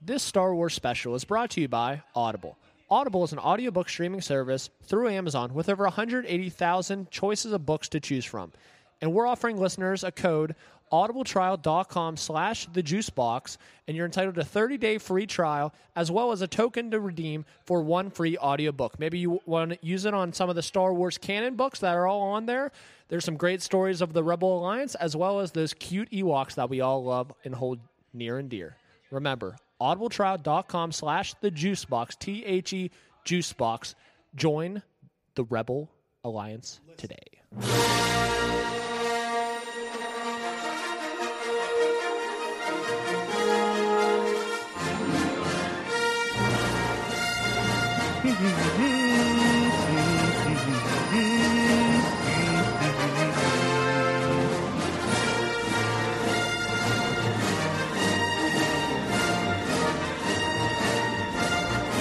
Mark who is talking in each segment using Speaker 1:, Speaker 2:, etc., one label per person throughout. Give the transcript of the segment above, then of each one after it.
Speaker 1: This Star Wars special is brought to you by Audible. Audible is an audiobook streaming service through Amazon with over 180,000 choices of books to choose from. And we're offering listeners a code audibletrial.com slash the juice box and you're entitled to 30-day free trial as well as a token to redeem for one free audiobook maybe you want to use it on some of the star wars canon books that are all on there there's some great stories of the rebel alliance as well as those cute ewoks that we all love and hold near and dear remember audibletrial.com slash the juice box t-h-e juice box join the rebel alliance today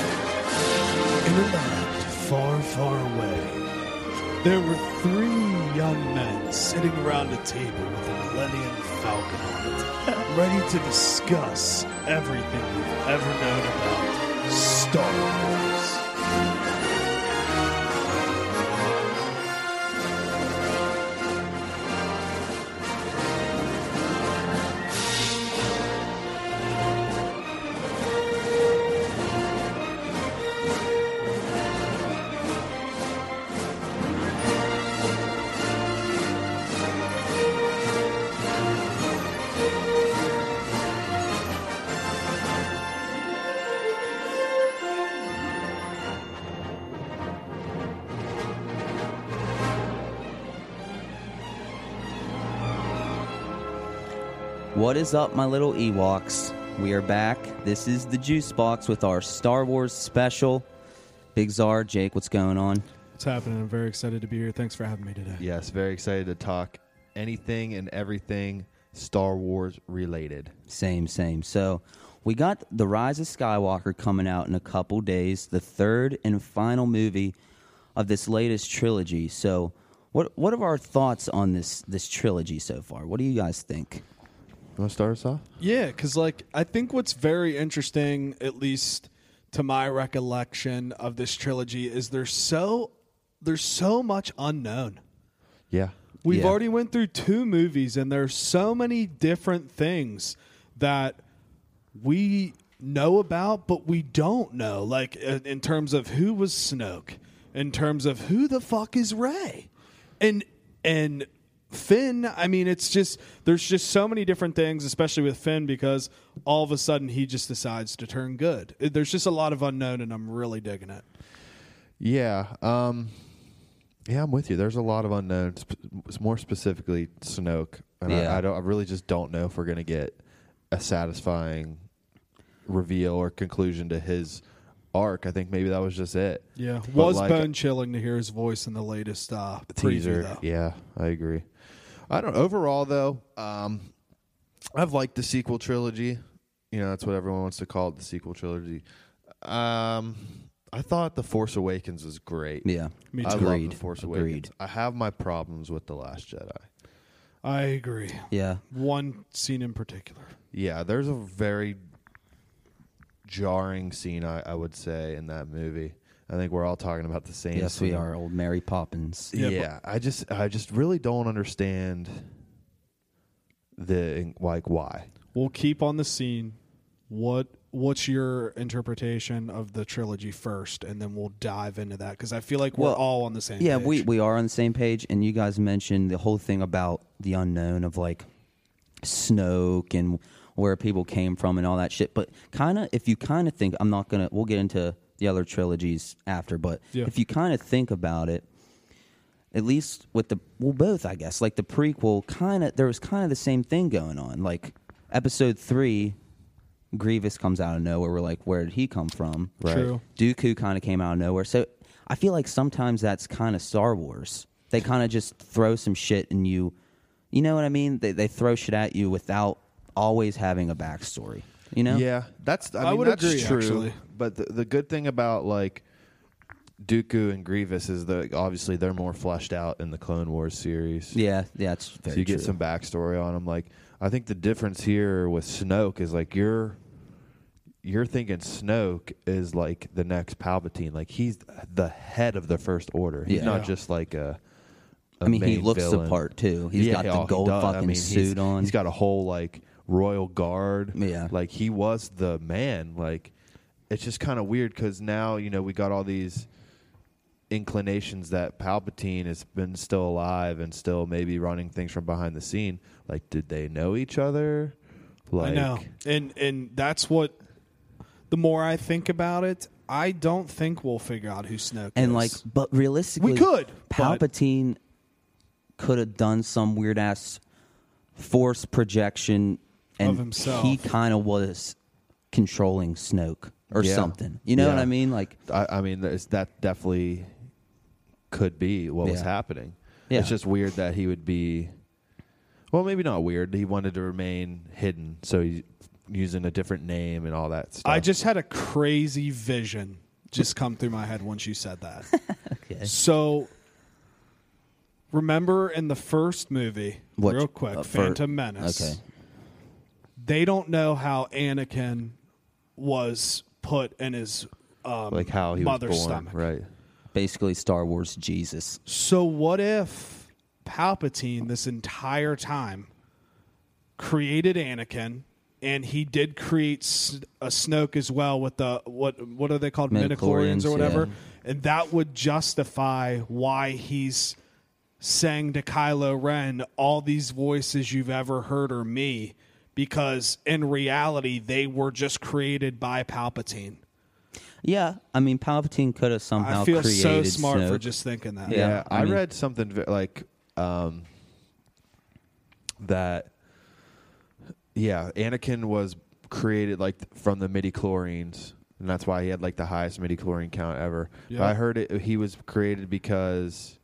Speaker 2: In a land far, far away, there were three young men sitting around a table with a Millennium Falcon on it, ready to discuss everything we've ever known about Star Wars.
Speaker 3: What is up, my little Ewoks? We are back. This is the Juice Box with our Star Wars special. Big Czar, Jake, what's going on?
Speaker 2: What's happening? I'm very excited to be here. Thanks for having me today.
Speaker 4: Yes, very excited to talk anything and everything Star Wars related.
Speaker 3: Same, same. So, we got The Rise of Skywalker coming out in a couple days, the third and final movie of this latest trilogy. So, what what are our thoughts on this this trilogy so far? What do you guys think?
Speaker 4: You want to start us off?
Speaker 5: Yeah, because like I think what's very interesting, at least to my recollection of this trilogy, is there's so there's so much unknown.
Speaker 4: Yeah.
Speaker 5: We've
Speaker 3: Yeah.
Speaker 5: already went through two movies, and there's so many different things that we know about, but we don't know. Like uh, in, in terms of who was Snoke, in terms of who the fuck is Ray, and and Finn. I mean, it's just there's just so many different things, especially with Finn, because all of a sudden he just decides to turn good. Uh, There's just a lot of unknown, and I'm really digging it.
Speaker 4: Yeah. Um, yeah, I'm with you. There's a lot of unknowns, sp- s- more specifically Snoke. And
Speaker 3: Yeah.
Speaker 4: I, I, don't, I really just don't know if we're going to get a satisfying reveal or conclusion to his arc. I think maybe that was just it.
Speaker 5: Yeah,
Speaker 4: But
Speaker 5: was
Speaker 4: like-
Speaker 5: bone chilling to hear his voice in the latest uh, Preview,
Speaker 4: teaser.
Speaker 5: though.
Speaker 4: Yeah, I agree. I don't. Overall, though, um, I've liked the sequel trilogy. You know, that's what everyone wants to call it, the sequel trilogy. Um, I thought the Force Awakens was great.
Speaker 3: Yeah.
Speaker 5: Me
Speaker 4: I
Speaker 5: too.
Speaker 4: love
Speaker 3: Agreed.
Speaker 4: the Force
Speaker 3: Agreed.
Speaker 4: Awakens. I have my problems with the Last Jedi.
Speaker 5: I agree.
Speaker 3: Yeah.
Speaker 5: One scene in particular.
Speaker 4: Yeah, there's a very jarring scene I, I would say in that movie. I think we're all talking about the same.
Speaker 3: Yes, we
Speaker 4: scene.
Speaker 3: are old Mary Poppins.
Speaker 5: Yeah,
Speaker 4: Yeah,
Speaker 5: but-
Speaker 4: I just I just really don't understand the like why.
Speaker 5: We'll keep on the scene. What What's your interpretation of the trilogy first, and then we'll dive into that because I feel like we're
Speaker 3: Well,
Speaker 5: all on the same.
Speaker 3: yeah
Speaker 5: page.
Speaker 3: we we are on the same page and you guys mentioned the whole thing about the unknown of like snoke and where people came from and all that shit but kind of if you kind of think i'm not gonna we'll get into the other trilogies after but
Speaker 5: Yeah.
Speaker 3: if you kind of think about it at least with the well both i guess like the prequel kind of there was kind of the same thing going on like episode three grievous comes out of nowhere we're like where did he come from
Speaker 5: True.
Speaker 3: Dooku kind of came out of nowhere. So I feel like sometimes that's kind of Star Wars. They kind of just throw some shit and you, you know what I mean? They, they throw shit at you without always having a backstory, you know?
Speaker 4: Yeah, that's. I,
Speaker 5: I
Speaker 4: mean,
Speaker 5: would
Speaker 4: that's
Speaker 5: agree,
Speaker 4: true.
Speaker 5: actually.
Speaker 4: But the, the good thing about like Dooku and Grievous is that obviously they're more fleshed out in the Clone Wars series.
Speaker 3: Yeah, yeah, it's very
Speaker 4: so you get
Speaker 3: true.
Speaker 4: some backstory on them. Like I think the difference here with Snoke is like you're you're thinking Snoke is like the next Palpatine. Like he's the head of the First Order. He's
Speaker 3: Yeah.
Speaker 4: not
Speaker 5: Yeah.
Speaker 4: just like a. a
Speaker 3: I mean, he
Speaker 4: main
Speaker 3: looks the
Speaker 4: villain.
Speaker 3: part too. He's
Speaker 4: Yeah,
Speaker 3: got the
Speaker 4: oh, he
Speaker 3: gold
Speaker 4: does. I
Speaker 3: fucking
Speaker 4: mean, he's-
Speaker 3: suit on.
Speaker 4: He's got a whole like royal guard.
Speaker 3: Yeah.
Speaker 4: like he was the man. Like it's just kind of weird because now you know we got all these inclinations that Palpatine has been still alive and still maybe running things from behind the scene. Like, did they know each other? Like,
Speaker 5: I know, and and that's what. The more I think about it, I don't think we'll figure out who Snoke
Speaker 3: and
Speaker 5: is.
Speaker 3: like, but realistically,
Speaker 5: We could, but-
Speaker 3: Palpatine could have done some weird ass force projection, and
Speaker 5: Of himself.
Speaker 3: he kind of was controlling Snoke or
Speaker 4: Yeah.
Speaker 3: something. You know
Speaker 4: Yeah.
Speaker 3: what I mean? Like,
Speaker 4: I, I mean, there's, that definitely could be what was
Speaker 3: Yeah.
Speaker 4: happening.
Speaker 3: Yeah.
Speaker 4: It's just weird that he would be. Well, maybe not weird. He wanted to remain hidden, so he's using a different name and all that stuff.
Speaker 5: I just had a crazy vision just come through my head once you said that.
Speaker 3: okay.
Speaker 5: So remember in the first movie,
Speaker 3: What-
Speaker 5: real quick,
Speaker 3: uh, fir-
Speaker 5: Phantom Menace.
Speaker 3: Okay.
Speaker 5: They don't know how Anakin was put in his um,
Speaker 4: like how he was
Speaker 5: mother's
Speaker 4: born,
Speaker 5: stomach.
Speaker 4: right?
Speaker 3: basically Star Wars Jesus.
Speaker 5: So what if Palpatine this entire time created Anakin and he did create S- a Snoke as well with the what what are they called
Speaker 3: Midichlorians,
Speaker 5: midichlorians or whatever
Speaker 3: yeah.
Speaker 5: and that would justify why he's saying to Kylo Ren all these voices you've ever heard are me because in reality they were just created by Palpatine.
Speaker 3: Yeah, I mean Palpatine could have somehow
Speaker 5: I feel
Speaker 3: created
Speaker 5: so smart
Speaker 3: Snoke.
Speaker 5: for just thinking that.
Speaker 3: Yeah,
Speaker 4: Yeah,
Speaker 3: I
Speaker 4: I,
Speaker 3: mean-
Speaker 4: read something ve- like um, that. Yeah, Anakin was created like th- from the midi chlorines, and that's why he had like the highest midi chlorine count ever. But
Speaker 5: Yeah.
Speaker 4: I heard it, he was created because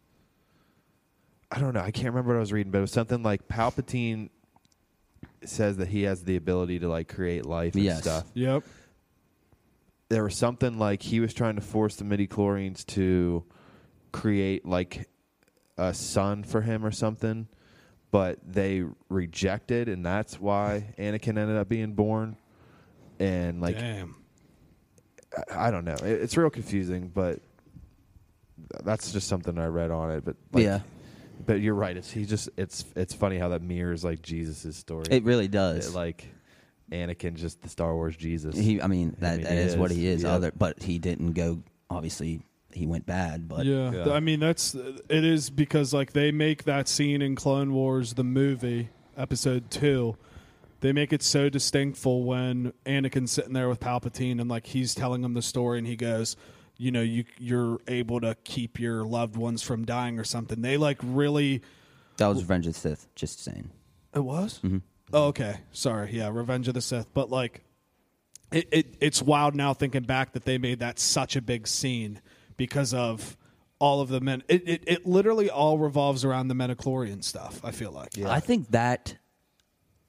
Speaker 4: I don't know. I can't remember what I was reading, but it was something like Palpatine says that he has the ability to like create life and
Speaker 3: Yes.
Speaker 4: stuff
Speaker 5: Yep.
Speaker 4: there was something like he was trying to force the midi chlorines to create like a sun for him or something, but they rejected, and that's why Anakin ended up being born. And like
Speaker 5: Damn.
Speaker 4: I I don't know, It- it's real confusing, but that's just something I read on it. But like,
Speaker 3: yeah,
Speaker 4: but you're right. It's he just it's it's funny how that mirrors like Jesus's story.
Speaker 3: it really does.
Speaker 4: It, like Anakin, just the Star Wars Jesus.
Speaker 3: he, I mean that,
Speaker 4: mean,
Speaker 3: that
Speaker 4: he
Speaker 3: is, what
Speaker 4: is,
Speaker 3: he is.
Speaker 4: yeah.
Speaker 3: Other, but he didn't go. Obviously, he went bad. But
Speaker 5: yeah.
Speaker 4: Yeah.
Speaker 5: I mean that's it is because like they make that scene in Clone Wars the movie episode 2 they make it so distinctful when Anakin's sitting there with Palpatine and like he's telling him the story and he goes you know you you're able to keep your loved ones from dying or something they like really
Speaker 3: that was Revenge of the Sith. Just saying.
Speaker 5: it was? Oh, okay. Sorry. Yeah, Revenge of the Sith. But like it, it it's wild now thinking back that they made that such a big scene because of all of the men it, it, it literally all revolves around the Metachlorian stuff, I feel like.
Speaker 3: I think that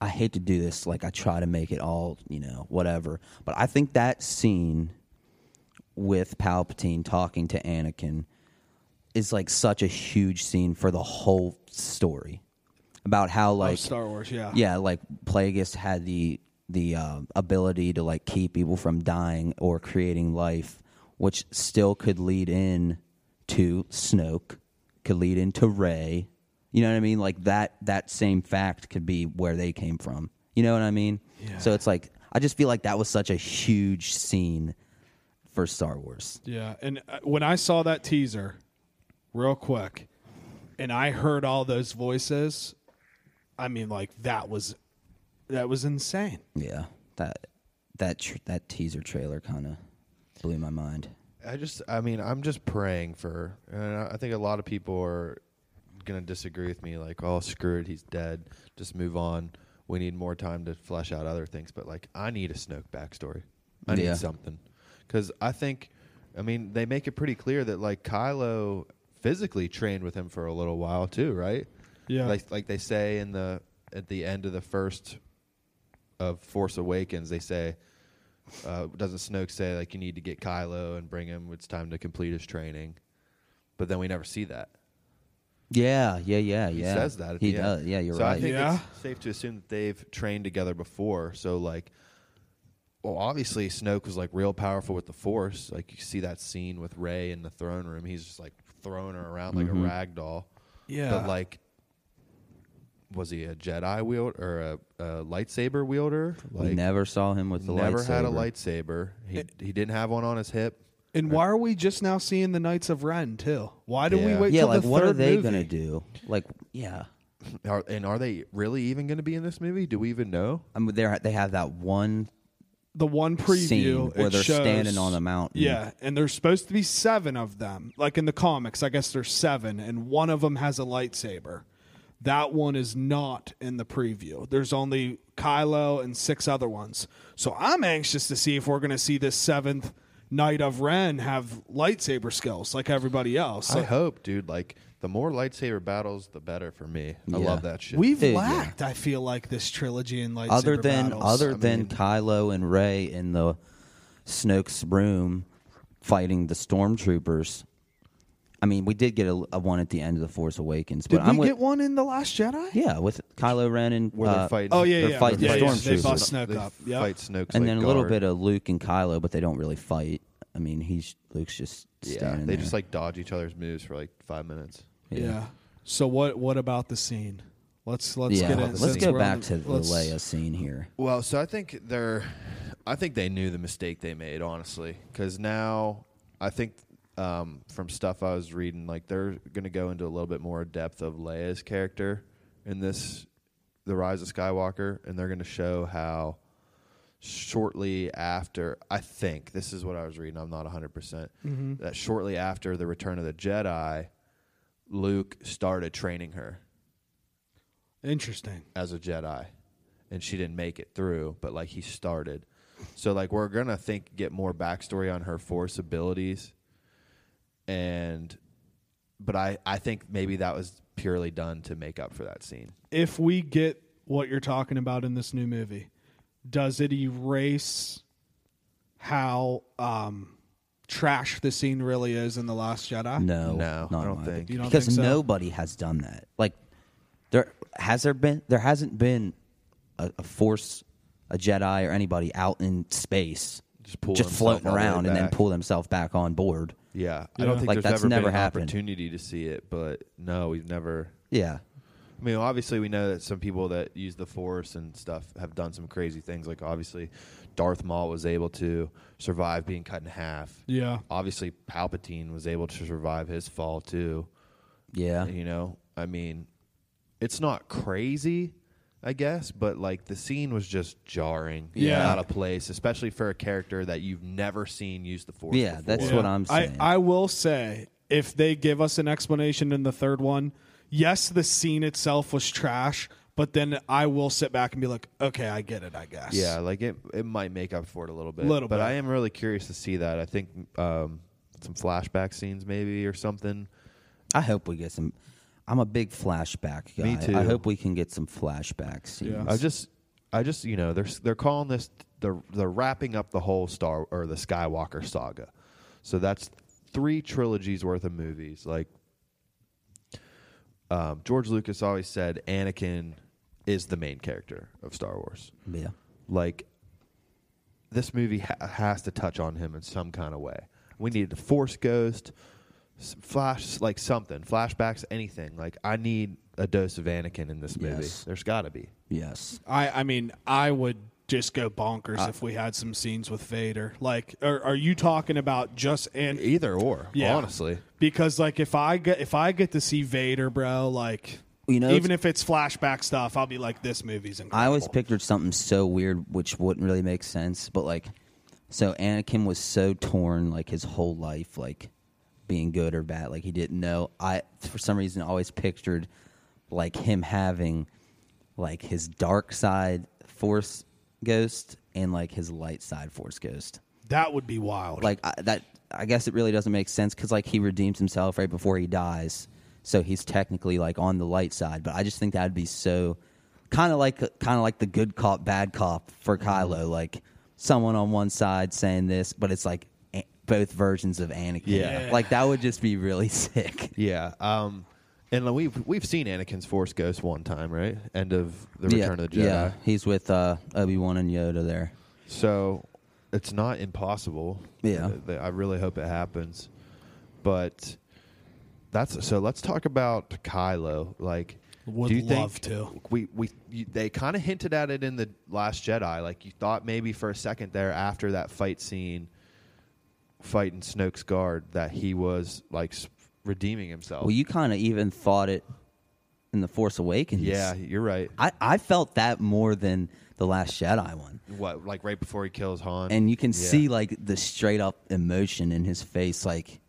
Speaker 3: I hate to do this. Like I try to make it all, you know, whatever. But I think that scene with Palpatine talking to Anakin is like such a huge scene for the whole story about how like
Speaker 5: Star Wars, yeah.
Speaker 3: yeah, like Plagueis had the the um ability to like keep people from dying or creating life, which still could lead in to Snoke, could lead into Ray. You know what I mean? Like that that same fact could be where they came from. You know what I mean? So it's like I just feel like that was such a huge scene for Star Wars.
Speaker 5: Yeah, and uh, when I saw that teaser, real quick, and I heard all those voices, I mean, like that was, that was insane.
Speaker 3: Yeah, that that tr- that teaser trailer kind of blew my mind.
Speaker 4: I just, I mean, I'm just praying for, and I I think a lot of people are going to disagree with me, like, oh, screw it, he's dead, just move on. We need more time to flesh out other things. But, like, I need a Snoke backstory. I
Speaker 3: Yeah.
Speaker 4: need something. Because I think, I mean, they make it pretty clear that, like, Kylo physically trained with him for a little while, too, right?
Speaker 5: Yeah.
Speaker 4: Like, like they say in the, at the end of the first of Force Awakens, they say, uh, doesn't Snoke say like you need to get Kylo and bring him? It's time to complete his training. But then we never see that.
Speaker 3: Yeah, yeah, yeah,
Speaker 4: He
Speaker 3: yeah.
Speaker 4: says that. At
Speaker 3: he
Speaker 4: the
Speaker 3: does.
Speaker 4: End.
Speaker 3: Yeah, you're
Speaker 4: so
Speaker 3: right.
Speaker 4: I think
Speaker 5: Yeah.
Speaker 4: it's safe to assume that they've trained together before. So like, well, obviously Snoke was like real powerful with the Force. Like you see that scene with Ray in the throne room. He's just like throwing her around like
Speaker 3: Mm-hmm.
Speaker 4: a rag doll.
Speaker 5: Yeah.
Speaker 4: But like, was he a Jedi wielder or a, a lightsaber wielder?
Speaker 3: we
Speaker 4: Like,
Speaker 3: never saw him with the
Speaker 4: never
Speaker 3: lightsaber.
Speaker 4: had a lightsaber. He he didn't have one on his hip.
Speaker 5: And why are we just now seeing the Knights of Ren too? Why do we
Speaker 4: Yeah.
Speaker 5: wait?
Speaker 3: Yeah,
Speaker 5: till
Speaker 3: like
Speaker 5: the
Speaker 3: what are
Speaker 5: third
Speaker 3: they
Speaker 5: movie?
Speaker 3: gonna do? Like, yeah,
Speaker 4: Are, and are they really even going to be in this movie? Do we even know?
Speaker 3: I mean, they they have that one
Speaker 5: The one preview
Speaker 3: scene where
Speaker 5: it
Speaker 3: they're
Speaker 5: shows-
Speaker 3: standing on a mountain.
Speaker 5: Yeah, and there's supposed to be seven of them. Like in the comics, I guess there's seven, and one of them has a lightsaber. That one is not in the preview. There's only Kylo and six other ones. So I'm anxious to see if we're going to see this seventh Knight of Ren have lightsaber skills like everybody else.
Speaker 4: I
Speaker 5: Like,
Speaker 4: hope, dude. Like the more lightsaber battles, the better for me. I
Speaker 3: Yeah.
Speaker 4: love that shit.
Speaker 5: we've
Speaker 3: Dude, yeah.
Speaker 5: lacked, I feel like, this trilogy in lightsaber
Speaker 3: other than
Speaker 5: battles.
Speaker 3: other
Speaker 5: I
Speaker 3: than
Speaker 5: mean,
Speaker 3: Kylo and Ray in the Snoke's room fighting the stormtroopers. I mean, we did get a, a one at the end of the Force Awakens,
Speaker 5: did
Speaker 3: but
Speaker 5: we
Speaker 3: I'm with
Speaker 5: get one in the Last Jedi?
Speaker 3: yeah with Kylo Ren and
Speaker 4: where
Speaker 3: uh,
Speaker 4: they're fighting.
Speaker 5: Oh yeah,
Speaker 3: They're
Speaker 5: yeah,
Speaker 3: fighting
Speaker 5: yeah,
Speaker 3: the
Speaker 5: yeah. They
Speaker 3: stormtroopers.
Speaker 5: bust Snoke
Speaker 4: They
Speaker 5: up. Yep.
Speaker 4: fight Snoke's
Speaker 3: and
Speaker 4: like,
Speaker 3: then a little
Speaker 4: guard.
Speaker 3: bit of Luke and Kylo, but they don't really fight. I mean, he's Luke's just
Speaker 4: yeah.
Speaker 3: standing
Speaker 4: They
Speaker 3: there.
Speaker 4: just like dodge each other's moves for like five minutes.
Speaker 5: Yeah. So what what about the scene? Let's let's
Speaker 3: yeah.
Speaker 5: get it.
Speaker 3: Let's
Speaker 5: since
Speaker 3: go
Speaker 5: we're on
Speaker 3: back to the
Speaker 5: let's-
Speaker 3: Leia scene here.
Speaker 4: Well, so I think they're, I think they knew the mistake they made, honestly, because now I think um, from stuff I was reading, like they're going to go into a little bit more depth of Leia's character in this, the Rise of Skywalker, and they're going to show how shortly after, I think this is what I was reading. I'm not 100 percent that shortly after the Return of the Jedi, Luke started training her
Speaker 5: Interesting.
Speaker 4: as a Jedi, and she didn't make it through. But like he started, so like we're gonna think get more backstory on her Force abilities, and but I I think maybe that was purely done to make up for that scene.
Speaker 5: If we get what you're talking about in this new movie, does it erase how um trash the scene really is in the Last Jedi?
Speaker 3: No,
Speaker 4: No,
Speaker 3: not
Speaker 4: I don't
Speaker 3: my
Speaker 4: think.
Speaker 5: You
Speaker 3: opinion.
Speaker 5: don't
Speaker 3: because
Speaker 5: think so?
Speaker 3: nobody has done that. Like there has there been there hasn't been a, a force, a Jedi or anybody out in space
Speaker 4: Just pull
Speaker 3: just
Speaker 4: themselves
Speaker 3: floating
Speaker 4: all the way
Speaker 3: around and then
Speaker 4: back.
Speaker 3: pull themselves back on board.
Speaker 4: Yeah, I don't think
Speaker 3: Like,
Speaker 4: there's
Speaker 3: that's
Speaker 4: ever
Speaker 3: never
Speaker 4: been an
Speaker 3: happened.
Speaker 4: opportunity to see it, but no, we've never.
Speaker 3: Yeah,
Speaker 4: I mean, obviously, we know that some people that use the Force and stuff have done some crazy things. Like, obviously, Darth Maul was able to survive being cut in half.
Speaker 5: Yeah.
Speaker 4: obviously Palpatine was able to survive his fall too.
Speaker 3: yeah.
Speaker 4: You know, I mean, it's not crazy, I guess, but like the scene was just jarring,
Speaker 5: Yeah.
Speaker 4: out of place, especially for a character that you've never seen use the force.
Speaker 3: Yeah,
Speaker 4: before.
Speaker 3: that's
Speaker 5: Yeah.
Speaker 3: what I'm saying.
Speaker 5: I, I will say, if they give us an explanation in the third one, yes, the scene itself was trash, but then I will sit back and be like, okay, I get it, I guess.
Speaker 4: yeah, like it it might make up for it a little bit,
Speaker 5: Little
Speaker 4: but
Speaker 5: bit.
Speaker 4: I am really curious to see that. I think um, some flashback scenes maybe or something.
Speaker 3: I hope we get some. I'm a big flashback guy.
Speaker 4: Me too.
Speaker 3: I hope we can get some flashback scenes.
Speaker 5: Yeah.
Speaker 4: I just, I just, you know, they're they're calling this they're they're wrapping up the whole Star or the Skywalker saga, so that's three trilogies worth of movies. Like um, George Lucas always said, Anakin is the main character of Star Wars.
Speaker 3: yeah.
Speaker 4: Like this movie ha- has to touch on him in some kind of way. We needed a Force Ghost, s- Flash, like something, flashbacks, anything. Like I need a dose of Anakin in this movie.
Speaker 3: Yes.
Speaker 4: There's got to be.
Speaker 3: Yes.
Speaker 5: I I mean, I would just go bonkers if we had some scenes with Vader. Like, are, are you talking about just and
Speaker 4: Either or,
Speaker 5: Yeah.
Speaker 4: honestly.
Speaker 5: because like if I get if I get to see Vader, bro, like
Speaker 3: You know,
Speaker 5: even
Speaker 3: it's-
Speaker 5: if it's flashback stuff, I'll be like, this movie's incredible.
Speaker 3: I always pictured something so weird, which wouldn't really make sense. But like, so Anakin was so torn, like his whole life, like being good or bad. Like he didn't know. I, for some reason, always pictured like him having like his dark side force ghost and like his light side force ghost.
Speaker 5: that would be wild.
Speaker 3: Like I, that, I guess it really doesn't make sense because like he redeems himself right before he dies, so he's technically like on the light side. But I just think that'd be so kind of like kind of like the good cop bad cop for
Speaker 4: Mm-hmm.
Speaker 3: Kylo, like someone on one side saying this, but it's like a- both versions of Anakin.
Speaker 4: Yeah.
Speaker 3: like that would just be really sick.
Speaker 4: Yeah. Um, and we've we've seen Anakin's Force Ghost one time, right? End of the Return
Speaker 3: yeah,
Speaker 4: of the Jedi.
Speaker 3: yeah, he's with uh, Obi Wan and Yoda there.
Speaker 4: So it's not impossible.
Speaker 3: Yeah.
Speaker 4: Th- I really hope it happens. But that's so. Let's talk about Kylo. Like,
Speaker 5: Would
Speaker 4: do you
Speaker 5: love
Speaker 4: think
Speaker 5: to.
Speaker 4: We we you, they kind of hinted at it in the Last Jedi. Like you thought maybe for a second there after that fight scene, fighting Snoke's guard, that he was like s- redeeming himself.
Speaker 3: Well, you kind of even thought it in the Force Awakens.
Speaker 4: yeah, you're right.
Speaker 3: I, I felt that more than the Last Jedi one,
Speaker 4: What like right before he kills Han,
Speaker 3: and you can
Speaker 4: Yeah.
Speaker 3: see like the straight up emotion in his face, like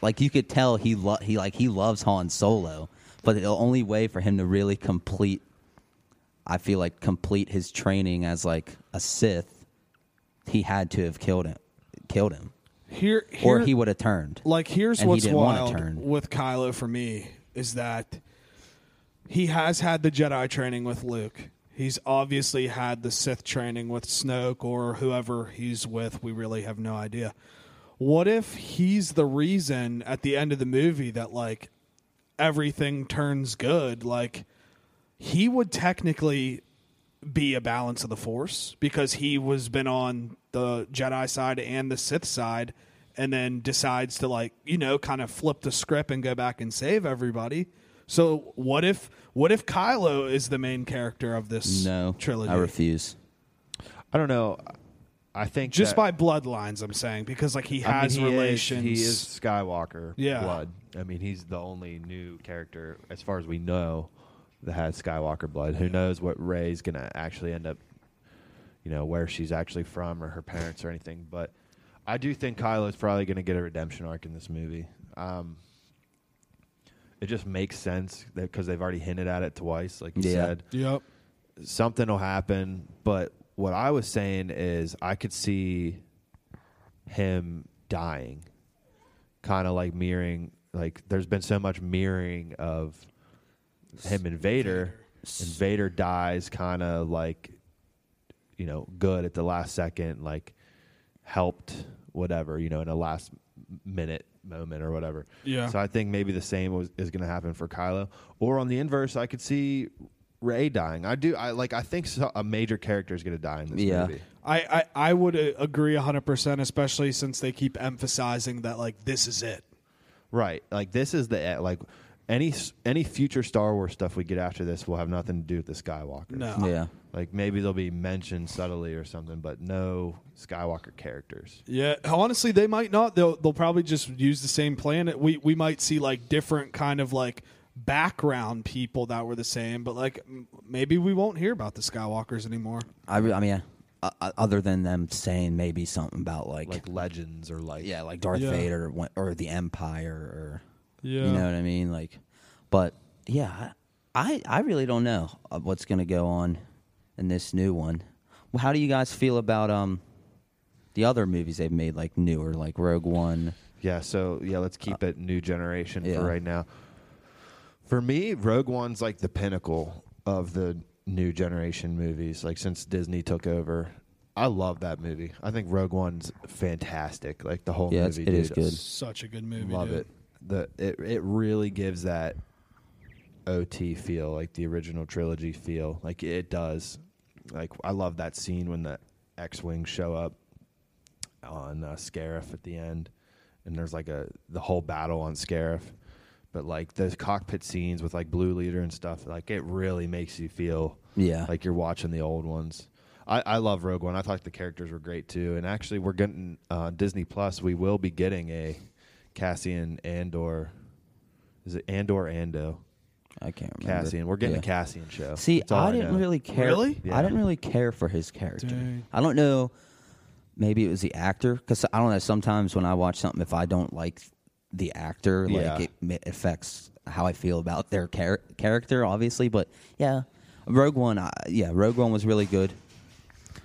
Speaker 3: like you could tell he lo- he like he loves Han Solo, but the only way for him to really complete, I feel like complete his training as like a Sith, he had to have killed him, killed him,
Speaker 5: Here, here-
Speaker 3: or he would have turned.
Speaker 5: Like here's
Speaker 3: and he
Speaker 5: what's
Speaker 3: didn't wanna
Speaker 5: wild
Speaker 3: turn.
Speaker 5: with Kylo for me is that he has had the Jedi training with Luke. He's obviously had the Sith training with Snoke or whoever he's with. We really have no idea. What if he's the reason at the end of the movie that like everything turns good? Like he would technically be a balance of the force because he was been on the Jedi side and the Sith side and then decides to like, you know, kind of flip the script and go back and save everybody. So what if what if Kylo is the main character of this
Speaker 3: no
Speaker 5: trilogy?
Speaker 3: I refuse.
Speaker 4: I don't know. I think
Speaker 5: Just
Speaker 4: that-
Speaker 5: by bloodlines I'm saying because like he
Speaker 4: I mean,
Speaker 5: has
Speaker 4: he is-
Speaker 5: relations.
Speaker 4: he is Skywalker
Speaker 5: Yeah.
Speaker 4: blood. I mean, he's the only new character, as far as we know, that has Skywalker blood. Who knows what Ray's going to actually end up, you know, where she's actually from or her parents or anything. But I do think Kylo's probably going to get a redemption arc in this movie. Um, it just makes sense because they've already hinted at it twice, like you
Speaker 3: Yeah.
Speaker 4: said
Speaker 5: Yep.
Speaker 4: something will happen. But what I was saying is, I could see him dying, kind of like mirroring. Like, there's been so much mirroring of him and Vader. And Vader dies, kind of like, you know, good at the last second, like helped, whatever, you know, in a last minute moment or whatever.
Speaker 5: Yeah.
Speaker 4: So I think maybe the same was, is going to happen for Kylo. Or on the inverse, I could see Ray dying. I do. I like. I think so, a major character is going to die in this
Speaker 3: Yeah.
Speaker 4: movie.
Speaker 5: I, I, I would uh, agree 100%, especially since they keep emphasizing that, like, this is it.
Speaker 4: Right. Like this is the eh, like any s- any future Star Wars stuff we get after this will have nothing to do with the Skywalker.
Speaker 5: No.
Speaker 3: Yeah.
Speaker 4: Like maybe they'll be mentioned subtly or something, but no Skywalker characters.
Speaker 5: Yeah, honestly, they might not. They'll they'll probably just use the same planet. We we might see like different kind of like background people that were the same, but like m- maybe we won't hear about the Skywalkers anymore.
Speaker 3: I, re- I mean, uh, uh, other than them saying maybe something about like,
Speaker 4: Like legends or like
Speaker 3: yeah, like Darth
Speaker 5: Yeah.
Speaker 3: Vader or, or the Empire or
Speaker 5: Yeah.
Speaker 3: you know what I mean, like, but yeah, I I really don't know uh, what's gonna go on in this new one. Well, how do you guys feel about um the other movies they've made like newer, like Rogue One?
Speaker 4: Yeah, so yeah, let's keep it new generation
Speaker 3: yeah.
Speaker 4: for right now. For me, Rogue One's like the pinnacle of the new generation movies. Like since Disney took over, I love that movie. I think Rogue One's fantastic. Like the whole
Speaker 3: Yeah, it's-
Speaker 4: movie,
Speaker 3: it is
Speaker 4: dude.
Speaker 3: good.
Speaker 5: Such a good movie.
Speaker 4: Love it. The it it really gives that OT feel, like the original trilogy feel. Like it does. Like I love that scene when the X-wings show up on uh, Scarif at the end, and there's like a the whole battle on Scarif. But like those cockpit scenes with like Blue Leader and stuff, like it really makes you feel
Speaker 3: Yeah.
Speaker 4: like you're watching the old ones. I, I love Rogue One. I thought the characters were great too. And actually, we're getting uh, Disney Plus. We will be getting a Cassian Andor. Is it Andor Ando?
Speaker 3: I can't remember.
Speaker 4: Cassian. We're getting
Speaker 3: Yeah.
Speaker 4: a Cassian show.
Speaker 3: See,
Speaker 4: That's all
Speaker 3: I didn't
Speaker 4: know.
Speaker 3: really care.
Speaker 5: Really?
Speaker 4: Yeah.
Speaker 3: I didn't really care for his character.
Speaker 5: Dang.
Speaker 3: I don't know. Maybe it was the actor because I don't know. Sometimes when I watch something, if I don't like the actor,
Speaker 4: Yeah.
Speaker 3: like it ma- affects how I feel about their char- character. Obviously, but yeah, Rogue One. I, yeah, Rogue One was really good.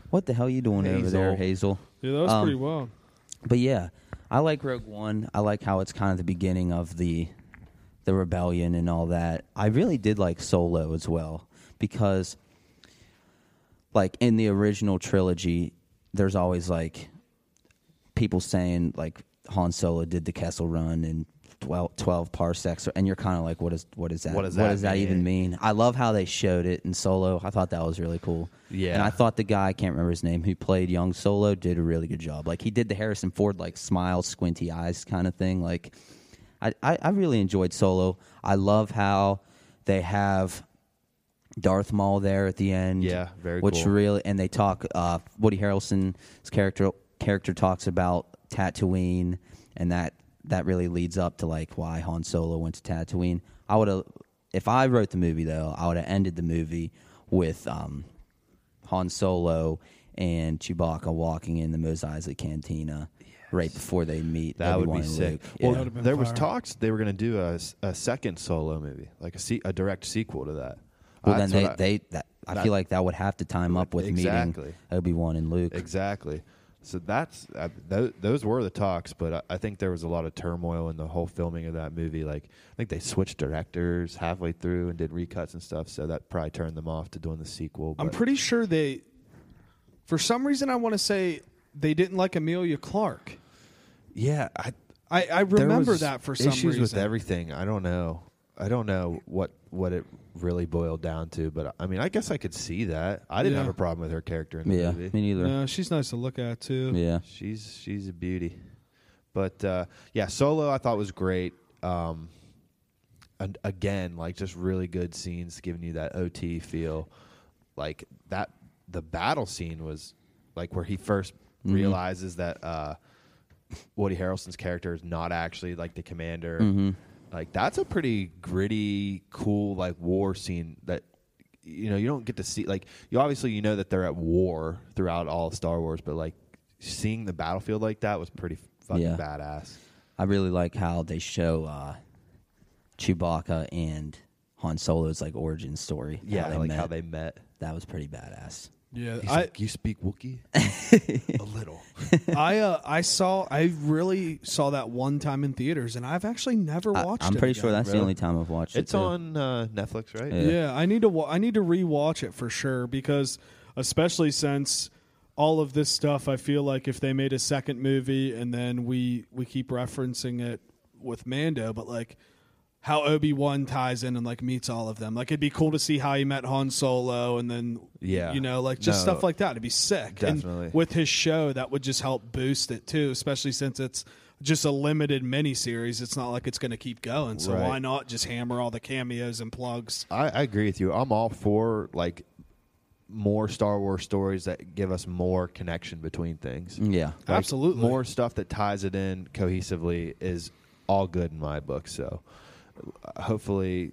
Speaker 3: What the hell you doing over there, Hazel?
Speaker 5: Yeah, that was
Speaker 3: Um,
Speaker 5: pretty wild.
Speaker 3: But yeah, I like Rogue One. I like how it's kind of the beginning of the the rebellion and all that. I really did like Solo as well because like in the original trilogy, there's always like people saying like Han Solo did the Kessel Run and 12, 12 parsecs, and you're kind of like, what is what is that?
Speaker 4: What does
Speaker 3: what
Speaker 4: that
Speaker 3: does that even mean? I love how they showed it in Solo. I thought that was really cool.
Speaker 4: Yeah.
Speaker 3: and I thought the guy I can't remember his name who played young Solo did a really good job. Like he did the Harrison Ford like smile, squinty eyes kind of thing. Like I I, I really enjoyed Solo. I love how they have Darth Maul there at the end.
Speaker 4: Yeah, very
Speaker 3: Which
Speaker 4: cool.
Speaker 3: really, and they talk. Uh, Woody Harrelson's character character talks about Tatooine, and that that really leads up to like why Han Solo went to Tatooine. I would have, if I wrote the movie though, I would have ended the movie with um, Han Solo and Chewbacca walking in the Mos Eisley Cantina right before they meet.
Speaker 4: That would
Speaker 3: Obi-Wan
Speaker 4: be
Speaker 3: and
Speaker 4: sick.
Speaker 3: Luke.
Speaker 4: Well,
Speaker 3: Yeah.
Speaker 5: been
Speaker 4: there was
Speaker 5: fire.
Speaker 4: talks they were going to do a, s- a second solo movie, like a, se- a direct sequel to that.
Speaker 3: Well,
Speaker 4: That's
Speaker 3: then they,
Speaker 4: what I-
Speaker 3: they that, I
Speaker 4: that-
Speaker 3: feel like that would have to time up with
Speaker 4: Exactly.
Speaker 3: meeting Obi Wan and Luke.
Speaker 4: Exactly. So that's uh, th- those were the talks, but I, I think there was a lot of turmoil in the whole filming of that movie. Like I think they switched directors halfway through and did recuts and stuff, so that probably turned them off to doing the sequel.
Speaker 5: I'm
Speaker 4: but-
Speaker 5: pretty sure they, for some reason, I want to say they didn't like Amelia Clark.
Speaker 4: yeah. I
Speaker 5: I, I
Speaker 4: there
Speaker 5: remember
Speaker 4: was
Speaker 5: that for some
Speaker 4: issues
Speaker 5: reason.
Speaker 4: with everything. I don't know. I don't know what what it really boiled down to, but I mean, I guess I could see that. I didn't
Speaker 5: Yeah.
Speaker 4: have a problem with her character in the
Speaker 3: Yeah,
Speaker 4: movie.
Speaker 3: me neither.
Speaker 5: no, she's nice to look at too.
Speaker 3: Yeah.
Speaker 4: She's she's a beauty. But uh, yeah, Solo I thought was great. Um, and again, like just really good scenes, giving you that OT feel. Like that, the battle scene was like where he 1st
Speaker 3: Mm-hmm.
Speaker 4: realizes that uh, Woody Harrelson's character is not actually like the commander.
Speaker 3: Mm-hmm.
Speaker 4: Like that's a pretty gritty, cool like war scene that you know you don't get to see. Like you obviously you know that they're at war throughout all of Star Wars, but like seeing the battlefield like that was pretty fucking
Speaker 3: Yeah.
Speaker 4: badass.
Speaker 3: I really like how they show uh, Chewbacca and Han Solo's like origin story.
Speaker 4: Yeah, like how
Speaker 3: met.
Speaker 4: they met.
Speaker 3: That was pretty badass.
Speaker 5: Yeah,
Speaker 4: He's
Speaker 5: I,
Speaker 4: like, you speak Wookiee? a little.
Speaker 5: I uh, I saw I really saw that one time in theaters, and I've actually never
Speaker 3: I,
Speaker 5: watched.
Speaker 3: am
Speaker 5: it
Speaker 3: pretty
Speaker 5: again.
Speaker 3: sure that's the
Speaker 4: really.
Speaker 3: only time I've watched it.
Speaker 4: It's
Speaker 3: too.
Speaker 4: on uh, Netflix, right?
Speaker 3: Yeah.
Speaker 5: Yeah, I need to wa- I need to rewatch it for sure because especially since all of this stuff, I feel like if they made a second movie and then we we keep referencing it with Mando, but like how Obi Wan ties in and like meets all of them, like it'd be cool to see how he met Han Solo and then
Speaker 4: Yeah.
Speaker 5: you know, like just
Speaker 4: No.
Speaker 5: stuff like that. It'd be sick. And
Speaker 4: Definitely.
Speaker 5: with his show, that would just help boost it too, especially since it's. Just a limited miniseries. It's not like it's going to keep going. So
Speaker 4: Right.
Speaker 5: why not just hammer all the cameos and plugs?
Speaker 4: I, I agree with you. I'm all for like more Star Wars stories that give us more connection between things.
Speaker 3: Yeah.
Speaker 4: Like,
Speaker 5: Absolutely.
Speaker 4: more stuff that ties it in cohesively is all good in my book. So uh, hopefully,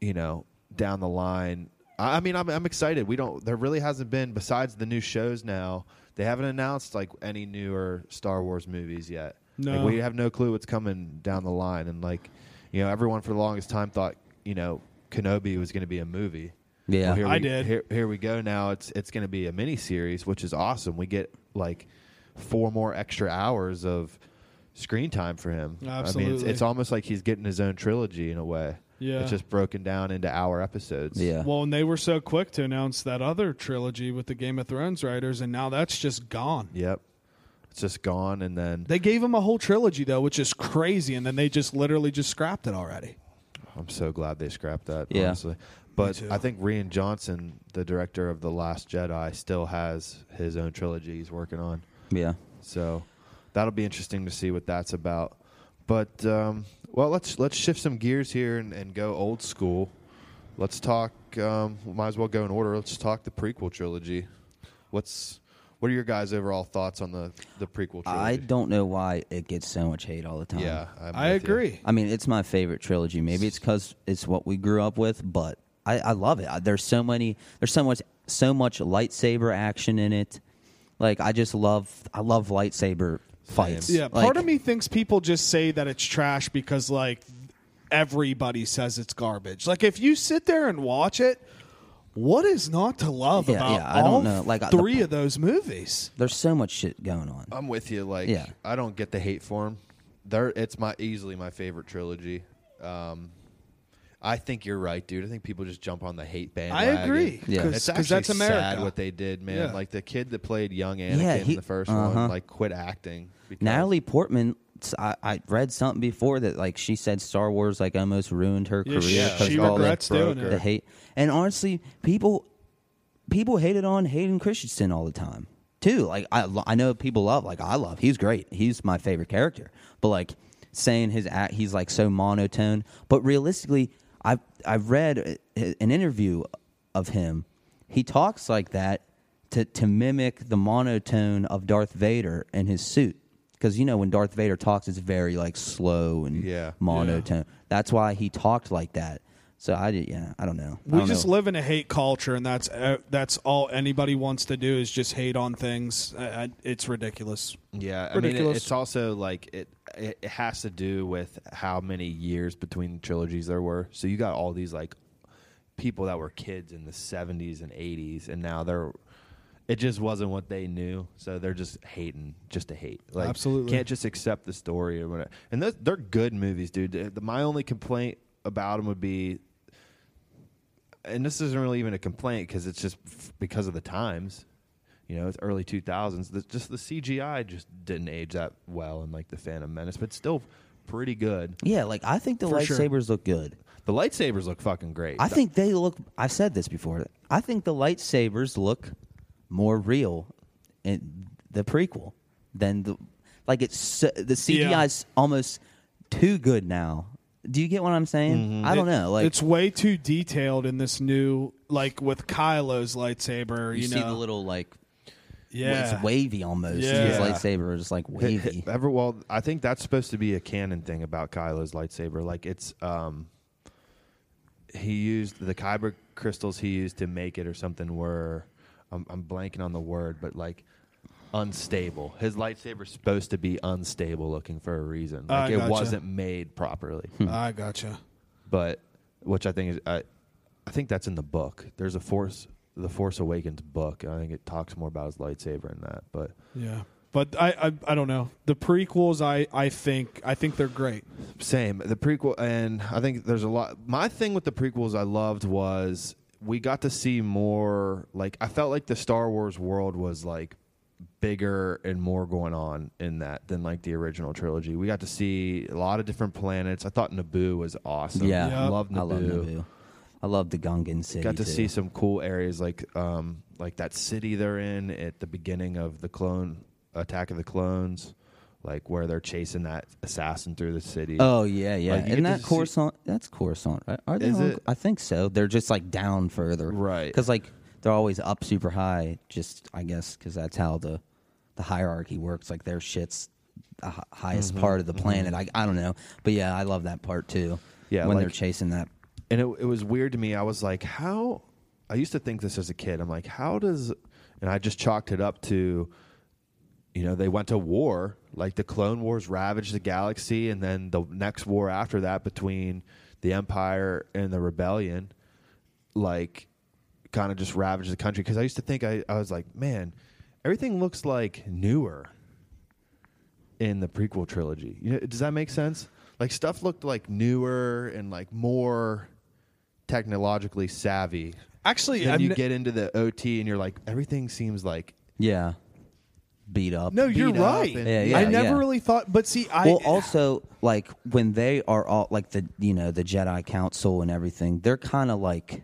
Speaker 4: you know, down the line. I, I mean, I'm I'm excited. We don't. There really hasn't been besides the new shows now. They haven't announced like any newer Star Wars movies yet. Like,
Speaker 5: No.
Speaker 4: we have no clue what's coming down the line. And like, you know, everyone for the longest time thought you know Kenobi was going to be a movie.
Speaker 3: Yeah.
Speaker 4: Well, here
Speaker 5: I
Speaker 4: we-
Speaker 5: did.
Speaker 4: Here, here we go. Now it's it's going to be a mini series, which is awesome. We get like four more extra hours of screen time for him. I mean, it's,
Speaker 5: Absolutely.
Speaker 4: it's almost like he's getting his own trilogy in a way.
Speaker 5: Yeah.
Speaker 4: it's just broken down into hour episodes.
Speaker 3: Yeah.
Speaker 5: Well, and they were so quick to announce that other trilogy with the Game of Thrones writers, and now that's just gone.
Speaker 4: Yep. It's just gone, and then
Speaker 5: They gave them a whole trilogy though, which is crazy, and then they just literally just scrapped it already.
Speaker 4: I'm so glad they scrapped that.
Speaker 3: Yeah.
Speaker 4: Honestly. But
Speaker 5: too.
Speaker 4: I think Rian Johnson, the director of The Last Jedi, still has his own trilogy he's working on.
Speaker 3: yeah.
Speaker 4: So that'll be interesting to see what that's about. But um, well, let's let's shift some gears here and, and go old school. Let's talk. Um, we might as well go in order. Let's talk the prequel trilogy. What's what are your guys' overall thoughts on the the prequel trilogy?
Speaker 3: I don't know why it gets so much hate all the time.
Speaker 4: Yeah, I'm
Speaker 5: I
Speaker 4: with you.
Speaker 5: agree.
Speaker 3: I mean, it's my favorite trilogy. Maybe it's because it's what we grew up with, but I, I love it. I, there's so many. There's so much. So much lightsaber action in it. Like I just love. I love lightsaber fights.
Speaker 5: Yeah,
Speaker 3: Like,
Speaker 5: part of me thinks people just say that it's trash because like everybody says it's garbage. Like if you sit there and watch it, what is not to love
Speaker 3: Yeah,
Speaker 5: about
Speaker 3: yeah, I don't
Speaker 5: all
Speaker 3: know. Like, uh, the-
Speaker 5: three of those movies?
Speaker 3: There's so much shit going
Speaker 5: Oh,
Speaker 3: on.
Speaker 4: I'm with you. Like,
Speaker 3: Yeah.
Speaker 4: I don't get the hate for him. They're, it's my easily my favorite trilogy. Um, I think you're right, dude. I think people just jump on the hate bandwagon.
Speaker 5: agree,
Speaker 3: Yeah. 'cause-
Speaker 4: it's
Speaker 5: 'cause
Speaker 4: actually
Speaker 5: that's America.
Speaker 4: sad what they did, man.
Speaker 5: Yeah.
Speaker 4: Like the kid that played young Anakin
Speaker 3: he-
Speaker 4: in the 1st
Speaker 3: uh-huh.
Speaker 4: one, like quit acting. because-
Speaker 3: Natalie Portman I, I read something before that like she said Star Wars like almost ruined her
Speaker 5: Yeah,
Speaker 3: career.
Speaker 5: she-
Speaker 4: Yeah,
Speaker 3: 'cause
Speaker 5: she
Speaker 3: of all the-
Speaker 5: regrets doing
Speaker 3: the
Speaker 5: it.
Speaker 3: hate. And honestly, people people hated on Hayden Christensen all the time too. Like I, lo- I know people love like I love. He's great. He's my favorite character. But like saying his act, he's like so monotone. But realistically, I I read uh, an interview of him. He talks like that to to mimic the monotone of Darth Vader in his suit. Because you know when Darth Vader talks, it's very like slow and
Speaker 4: Yeah.
Speaker 3: monotone. That's why he talked like that. So I did, yeah, I don't know. I
Speaker 5: We
Speaker 3: don't
Speaker 5: just
Speaker 3: know.
Speaker 5: live in a hate culture, and that's uh, that's all anybody wants to do is just hate on things. I, I, it's ridiculous.
Speaker 4: Yeah, I mean, it-
Speaker 1: Ridiculous.
Speaker 4: it's also like it, it. It has to do with how many years between trilogies there were. So you got all these like people that were kids in the '70s and '80s, and now they're. It just wasn't what they knew, so they're just hating, just to hate. Like,
Speaker 5: Absolutely.
Speaker 4: can't just accept the story or whatever. And those, they're good movies, dude. The- the- my only complaint about them would be and this isn't really even a complaint because it's just f- because of the times. You know, it's early two thousands. Just the CGI just didn't age that well in like the Phantom Menace, but still pretty good.
Speaker 3: Yeah, like I think the
Speaker 5: For sure.
Speaker 3: lightsabers look good.
Speaker 4: The lightsabers look fucking great.
Speaker 3: I think they look. I've said this before. I think the lightsabers look more real in the prequel than the like. It's so- the CGI is almost too good now. Do you get what I'm saying? I don't know. Like
Speaker 5: Mm-hmm. it's way too detailed in this new, like with Kylo's lightsaber.
Speaker 3: you,
Speaker 5: You,
Speaker 3: see
Speaker 5: know,
Speaker 3: the little like
Speaker 5: yeah,
Speaker 3: it's wavy almost. His
Speaker 5: Yeah.
Speaker 3: lightsaber is like wavy.
Speaker 4: Ever well, I think that's supposed to be a canon thing about Kylo's lightsaber. Like it's um, he used the kyber crystals he used to make it or something were I'm, I'm blanking on the word but like unstable his lightsaber's supposed to be unstable looking for a reason
Speaker 5: I
Speaker 4: like it
Speaker 5: gotcha.
Speaker 4: wasn't made properly
Speaker 5: I gotcha.
Speaker 4: but which i think is I, I think that's in the book there's a force the force awakens book and i think it talks more about his lightsaber in that but
Speaker 5: Yeah, but I, I I don't know the prequels. I I think I think they're great.
Speaker 4: Same. The prequel, and I think there's a lot. My thing with the prequels I loved was we got to see more. Like I felt like the Star Wars world was like bigger and more going on in that than like the original trilogy. We got to see a lot of different planets. I thought Naboo was awesome.
Speaker 3: Yeah,
Speaker 5: Yep.
Speaker 4: loved Naboo.
Speaker 3: I love Naboo. I love the Gungan city.
Speaker 4: Got to
Speaker 3: too.
Speaker 4: see some cool areas like um like that city they're in at the beginning of the clone attack of the clones, like where they're chasing that assassin through the city.
Speaker 3: Oh yeah, yeah.
Speaker 4: Like, you
Speaker 3: Isn't
Speaker 4: get to
Speaker 3: that
Speaker 4: see-
Speaker 3: Coruscant? that's Coruscant, right? Are they?
Speaker 4: Is
Speaker 3: on-
Speaker 4: it?
Speaker 3: I think so. They're just like down further,
Speaker 4: Right.
Speaker 3: Because like they're always up super high. Just I guess because that's how the the hierarchy works. Like their shit's the hi- highest
Speaker 4: Mm-hmm.
Speaker 3: part of the planet. I I don't know, but yeah, I love that part too.
Speaker 4: Yeah,
Speaker 3: when they're
Speaker 4: like-
Speaker 3: chasing that.
Speaker 4: and it, it was weird to me. I was like, how? I used to think this as a kid. I'm like, how does? And I just chalked it up to, you know, they went to war. Like the Clone Wars ravaged the galaxy, and then the next war after that between the Empire and the Rebellion, like, kind of just ravaged the country. Because I used to think I, I was like, man, everything looks like newer in the prequel trilogy. You know, does that make sense? Like stuff looked like newer and like more technologically savvy.
Speaker 5: Actually,
Speaker 4: then
Speaker 5: I'm
Speaker 4: you
Speaker 5: n-
Speaker 4: get into the OT and you're like, everything seems like
Speaker 3: Yeah, beat up.
Speaker 5: No, you're
Speaker 4: beat up
Speaker 5: right.
Speaker 4: and-
Speaker 3: Yeah,
Speaker 5: I
Speaker 3: yeah.
Speaker 5: never really thought, but see, I
Speaker 3: well, also like when they are all like the you know the Jedi Council and everything, they're kind of like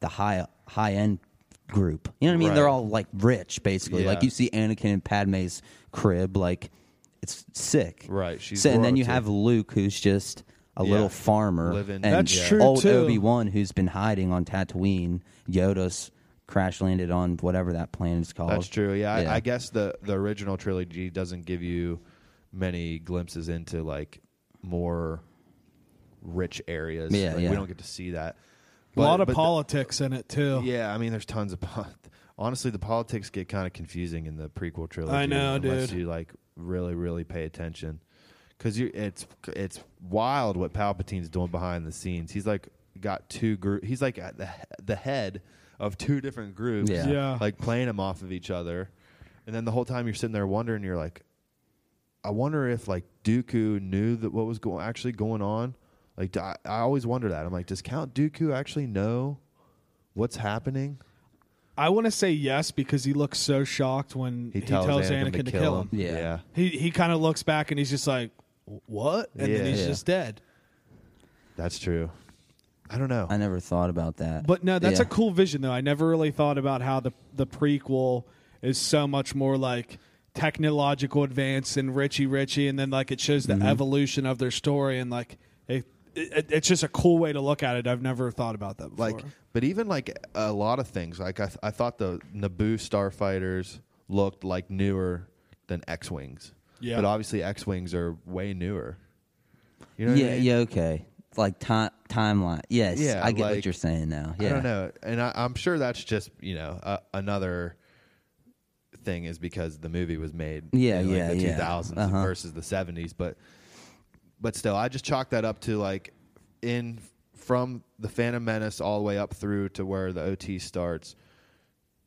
Speaker 3: the high high end group. You know what I mean?
Speaker 4: Right.
Speaker 3: They're all like rich, basically. Like
Speaker 4: Yeah.
Speaker 3: you see Anakin and Padme's crib, like it's sick,
Speaker 4: Right, she's
Speaker 3: so, and then you
Speaker 4: royalty.
Speaker 3: have Luke, who's just a
Speaker 4: Yeah.
Speaker 3: little farmer,
Speaker 4: Living-
Speaker 3: and
Speaker 5: That's true,
Speaker 3: old
Speaker 5: too.
Speaker 3: Obi Wan, who's been hiding on Tatooine. Yoda's crash landed on whatever that planet is called.
Speaker 4: That's true. Yeah,
Speaker 3: Yeah.
Speaker 4: I, I guess the the original trilogy doesn't give you many glimpses into like more rich areas.
Speaker 3: Yeah,
Speaker 4: Like,
Speaker 3: yeah.
Speaker 4: we don't get to see that.
Speaker 5: a lot of
Speaker 4: but the-
Speaker 5: politics in it too.
Speaker 4: yeah, I mean, there's tons of. po- Honestly, the politics get kind of confusing in the prequel trilogy.
Speaker 5: I know,
Speaker 4: unless
Speaker 5: dude.
Speaker 4: You like really, really pay attention because you it's it's wild what Palpatine's doing behind the scenes. He's like got two group. He's like at the the head of two different groups.
Speaker 3: Yeah.
Speaker 5: Yeah.
Speaker 4: like playing them off of each other, and then the whole time you're sitting there wondering. You're like, I wonder if like Dooku knew that what was go- actually going on. Like do- I, I always wonder that. I'm like, does Count Dooku actually know what's happening?
Speaker 5: I want to say yes because he looks so shocked when he tells, Anakin, to kill him.
Speaker 3: Yeah.
Speaker 5: He he kind of looks back and he's just like, what? And then
Speaker 4: Yeah.
Speaker 5: he's
Speaker 4: Yeah.
Speaker 5: just dead.
Speaker 4: That's true. I don't know.
Speaker 3: I never thought about that.
Speaker 5: But no, that's
Speaker 3: Yeah.
Speaker 5: a cool vision though. I never really thought about how the the prequel is so much more like technological advance and Richie Richie, and then like it shows
Speaker 4: Mm-hmm.
Speaker 5: the evolution of their story and like it, it, it's just a cool way to look at it. I've never thought about that before.
Speaker 4: like, but even like a lot of things. Like I, th- I thought the Naboo starfighters looked like newer than X wings.
Speaker 5: Yeah.
Speaker 4: But obviously, X wings are way newer. You know. what I
Speaker 3: yeah,
Speaker 4: mean?
Speaker 3: yeah, okay. Like time timeline. Yes,
Speaker 4: Yeah,
Speaker 3: I get what
Speaker 4: like-
Speaker 3: you're saying now. Yeah.
Speaker 4: I don't know, and I, I'm sure that's just you know a another thing is because the movie was made
Speaker 3: Yeah,
Speaker 4: in
Speaker 3: yeah,
Speaker 4: like the
Speaker 3: yeah.
Speaker 4: 2000s
Speaker 3: Uh-huh.
Speaker 4: versus the 70s, but but still, I just chalk that up to like in from the Phantom Menace all the way up through to where the OT starts.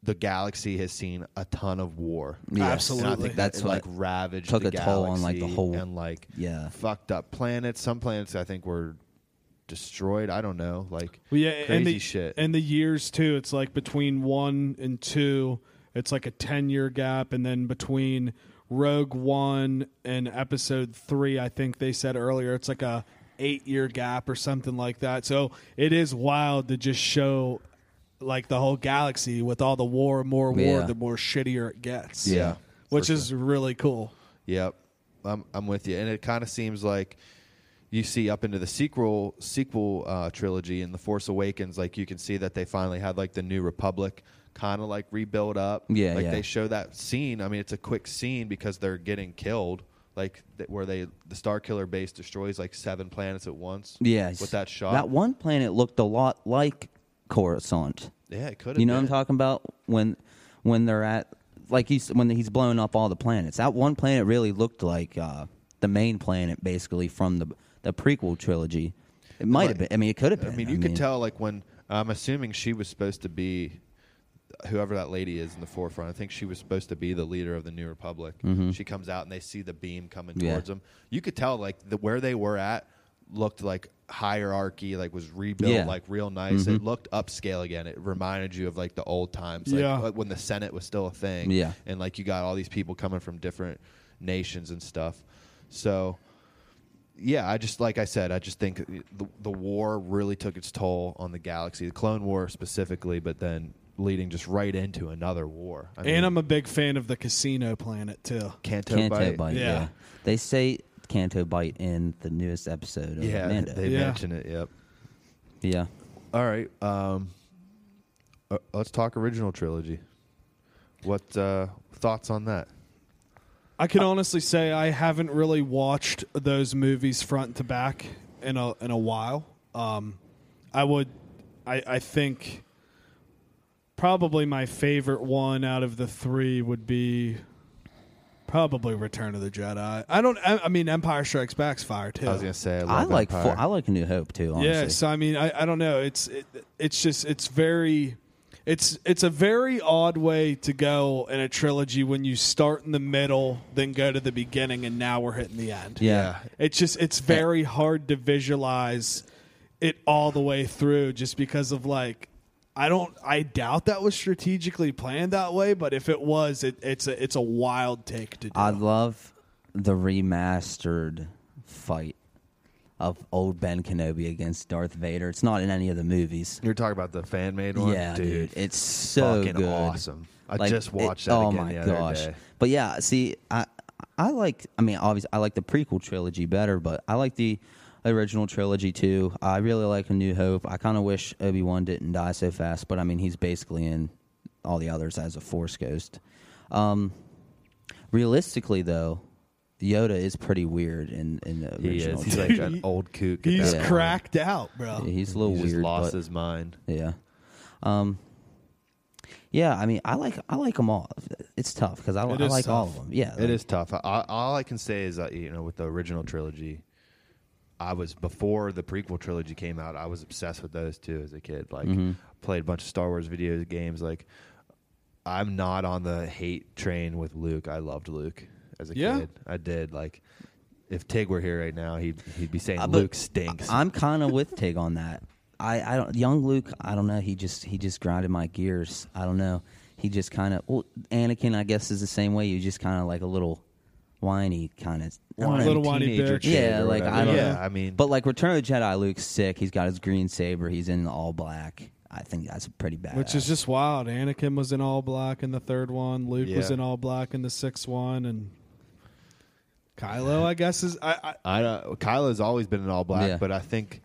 Speaker 4: The galaxy has seen a ton of war.
Speaker 3: Yes.
Speaker 5: Absolutely.
Speaker 4: And I think
Speaker 3: That's
Speaker 4: that's like
Speaker 3: what
Speaker 4: ravaged
Speaker 3: took
Speaker 4: the
Speaker 3: a toll on, like, the
Speaker 4: galaxy
Speaker 3: whole-
Speaker 4: and like
Speaker 3: Yeah.
Speaker 4: fucked up planets. Some planets I think were destroyed. I don't know, like
Speaker 5: Well, yeah,
Speaker 4: crazy
Speaker 5: and the,
Speaker 4: shit.
Speaker 5: And the years too. It's like between one and two, it's like a ten year gap, and then between Rogue One and Episode Three, I think they said earlier, it's like a eight year gap or something like that. So it is wild to just show like the whole galaxy with all the war, more war,
Speaker 3: Yeah.
Speaker 5: the more shittier it gets.
Speaker 4: Yeah,
Speaker 5: which is really cool.
Speaker 4: Yep, I'm I'm with you, and it kind of seems like you see up into the sequel sequel uh, trilogy in the Force Awakens, like you can see that they finally had like the New Republic kind of like rebuild up.
Speaker 3: Yeah,
Speaker 4: like
Speaker 3: yeah.
Speaker 4: they show that scene. I mean, it's a quick scene because they're getting killed. Like th- where they the Star Killer base destroys like seven planets at once.
Speaker 3: Yes.
Speaker 4: with that shot.
Speaker 3: That one planet looked a lot like Coruscant.
Speaker 4: yeah, it could. have
Speaker 3: You know what I'm
Speaker 4: been.
Speaker 3: talking about when when they're at like he's when he's blowing up all the planets. That one planet really looked like uh, the main planet basically from the the prequel trilogy. It might have been.
Speaker 4: Right.
Speaker 3: I mean, it could have been.
Speaker 4: I mean, you could tell like when I'm assuming she was supposed to be whoever that lady is in the forefront. I think she was supposed to be the leader of the New Republic. She comes out and they see the beam coming
Speaker 3: Mm-hmm. Yeah.
Speaker 4: towards them. You could tell like the, where they were at looked like hierarchy, like was rebuilt
Speaker 3: Yeah. Mm-hmm.
Speaker 4: like real nice. It looked upscale again. It reminded you of like the old times, like,
Speaker 5: Yeah.
Speaker 4: like, when the Senate was still a thing.
Speaker 3: Yeah.
Speaker 4: and like you got all these people coming from different nations and stuff. So yeah, I just like I said, I just think the, the war really took its toll on the galaxy, the Clone War specifically, but then leading just right into another war. I
Speaker 5: And I'm a big fan of the casino planet too.
Speaker 4: Canto,
Speaker 3: Canto
Speaker 4: Bite.
Speaker 3: Bite.
Speaker 5: Yeah.
Speaker 3: yeah. they say Canto Bite in the newest episode of
Speaker 4: Yeah,
Speaker 3: Mando.
Speaker 4: they
Speaker 5: Yeah.
Speaker 4: mention it. Yep.
Speaker 3: yeah,
Speaker 4: All right, um, uh, let's talk original trilogy. What uh, thoughts on that?
Speaker 5: I can honestly say I haven't really watched those movies front to back in a in a while. Um, I would, I, I think, probably my favorite one out of the three would be probably Return of the Jedi. I don't. I, I mean, Empire Strikes Back's fire too.
Speaker 4: I was gonna say I,
Speaker 3: I
Speaker 4: love
Speaker 3: like full,
Speaker 4: Empire.
Speaker 3: I like A New Hope too. Honestly,
Speaker 5: Yeah, so I mean, I, I don't know. It's it, it's just it's very, it's it's a very odd way to go in a trilogy when you start in the middle, then go to the beginning, and now we're hitting the end.
Speaker 3: yeah. Eh.
Speaker 5: it's just it's very hard to visualize it all the way through, just because of like. I don't. I doubt that was strategically planned that way, but if it was, it, it's a it's a wild take to do.
Speaker 3: I love the remastered fight of old Ben Kenobi against Darth Vader. It's not in any of the movies.
Speaker 4: You're talking about the fan made one,
Speaker 3: Yeah, dude,
Speaker 4: dude.
Speaker 3: it's so
Speaker 4: fucking
Speaker 3: good.
Speaker 4: awesome. I
Speaker 3: Like,
Speaker 4: just
Speaker 3: it-
Speaker 4: watched that
Speaker 3: Oh
Speaker 4: again
Speaker 3: my
Speaker 4: the other
Speaker 3: gosh!
Speaker 4: day.
Speaker 3: But yeah, see, I I like. I mean, obviously, I like the prequel trilogy better, but I like the original trilogy too. I really like A New Hope. I kind of wish Obi Wan didn't die so fast, but I mean, he's basically in all the others as a Force ghost. Um, realistically, though, Yoda is pretty weird in in the
Speaker 4: He
Speaker 3: original.
Speaker 4: is. He's
Speaker 3: trilogy.
Speaker 4: like an old kook. at
Speaker 5: He's
Speaker 4: that point.
Speaker 5: cracked out, bro.
Speaker 3: Yeah, he's a little
Speaker 4: He
Speaker 3: weird.
Speaker 4: just lost
Speaker 3: but-
Speaker 4: his mind.
Speaker 3: yeah. Um. Yeah, I mean, I like I like them all. It's tough because I, I
Speaker 5: It is
Speaker 3: like all of
Speaker 5: tough.
Speaker 3: them. Yeah,
Speaker 4: It is tough. I- I, all I can say is that you know, with the original trilogy, I was before the prequel trilogy came out. I was obsessed with those two as a kid. Like,
Speaker 3: Mm-hmm.
Speaker 4: played a bunch of Star Wars video games. Like, I'm not on the hate train with Luke. I loved Luke as a
Speaker 5: Yeah.
Speaker 4: kid. I did. Like, if Tig were here right now, he'd he'd be saying
Speaker 3: Uh, but
Speaker 4: Luke stinks.
Speaker 3: I'm kind of with Tig on that. I, I don't young Luke. I don't know. He just he just grinded my gears. I don't know. He just kind of well, Anakin. I guess is the same way. You just kind of like a little whiny kind of
Speaker 5: Little whiny bitch.
Speaker 3: Yeah, like I don't
Speaker 4: yeah,
Speaker 3: know.
Speaker 4: I mean,
Speaker 3: But like Return of the Jedi, Luke's sick. He's got his green saber. He's in all black. I think that's pretty bad.
Speaker 5: Which is just wild. Anakin was in all black in the third one. Luke was
Speaker 4: Yeah.
Speaker 5: in all black in the sixth one, and Kylo, I guess, is I, I,
Speaker 4: I don't, Kylo's always been in all black,
Speaker 3: Yeah.
Speaker 4: but I think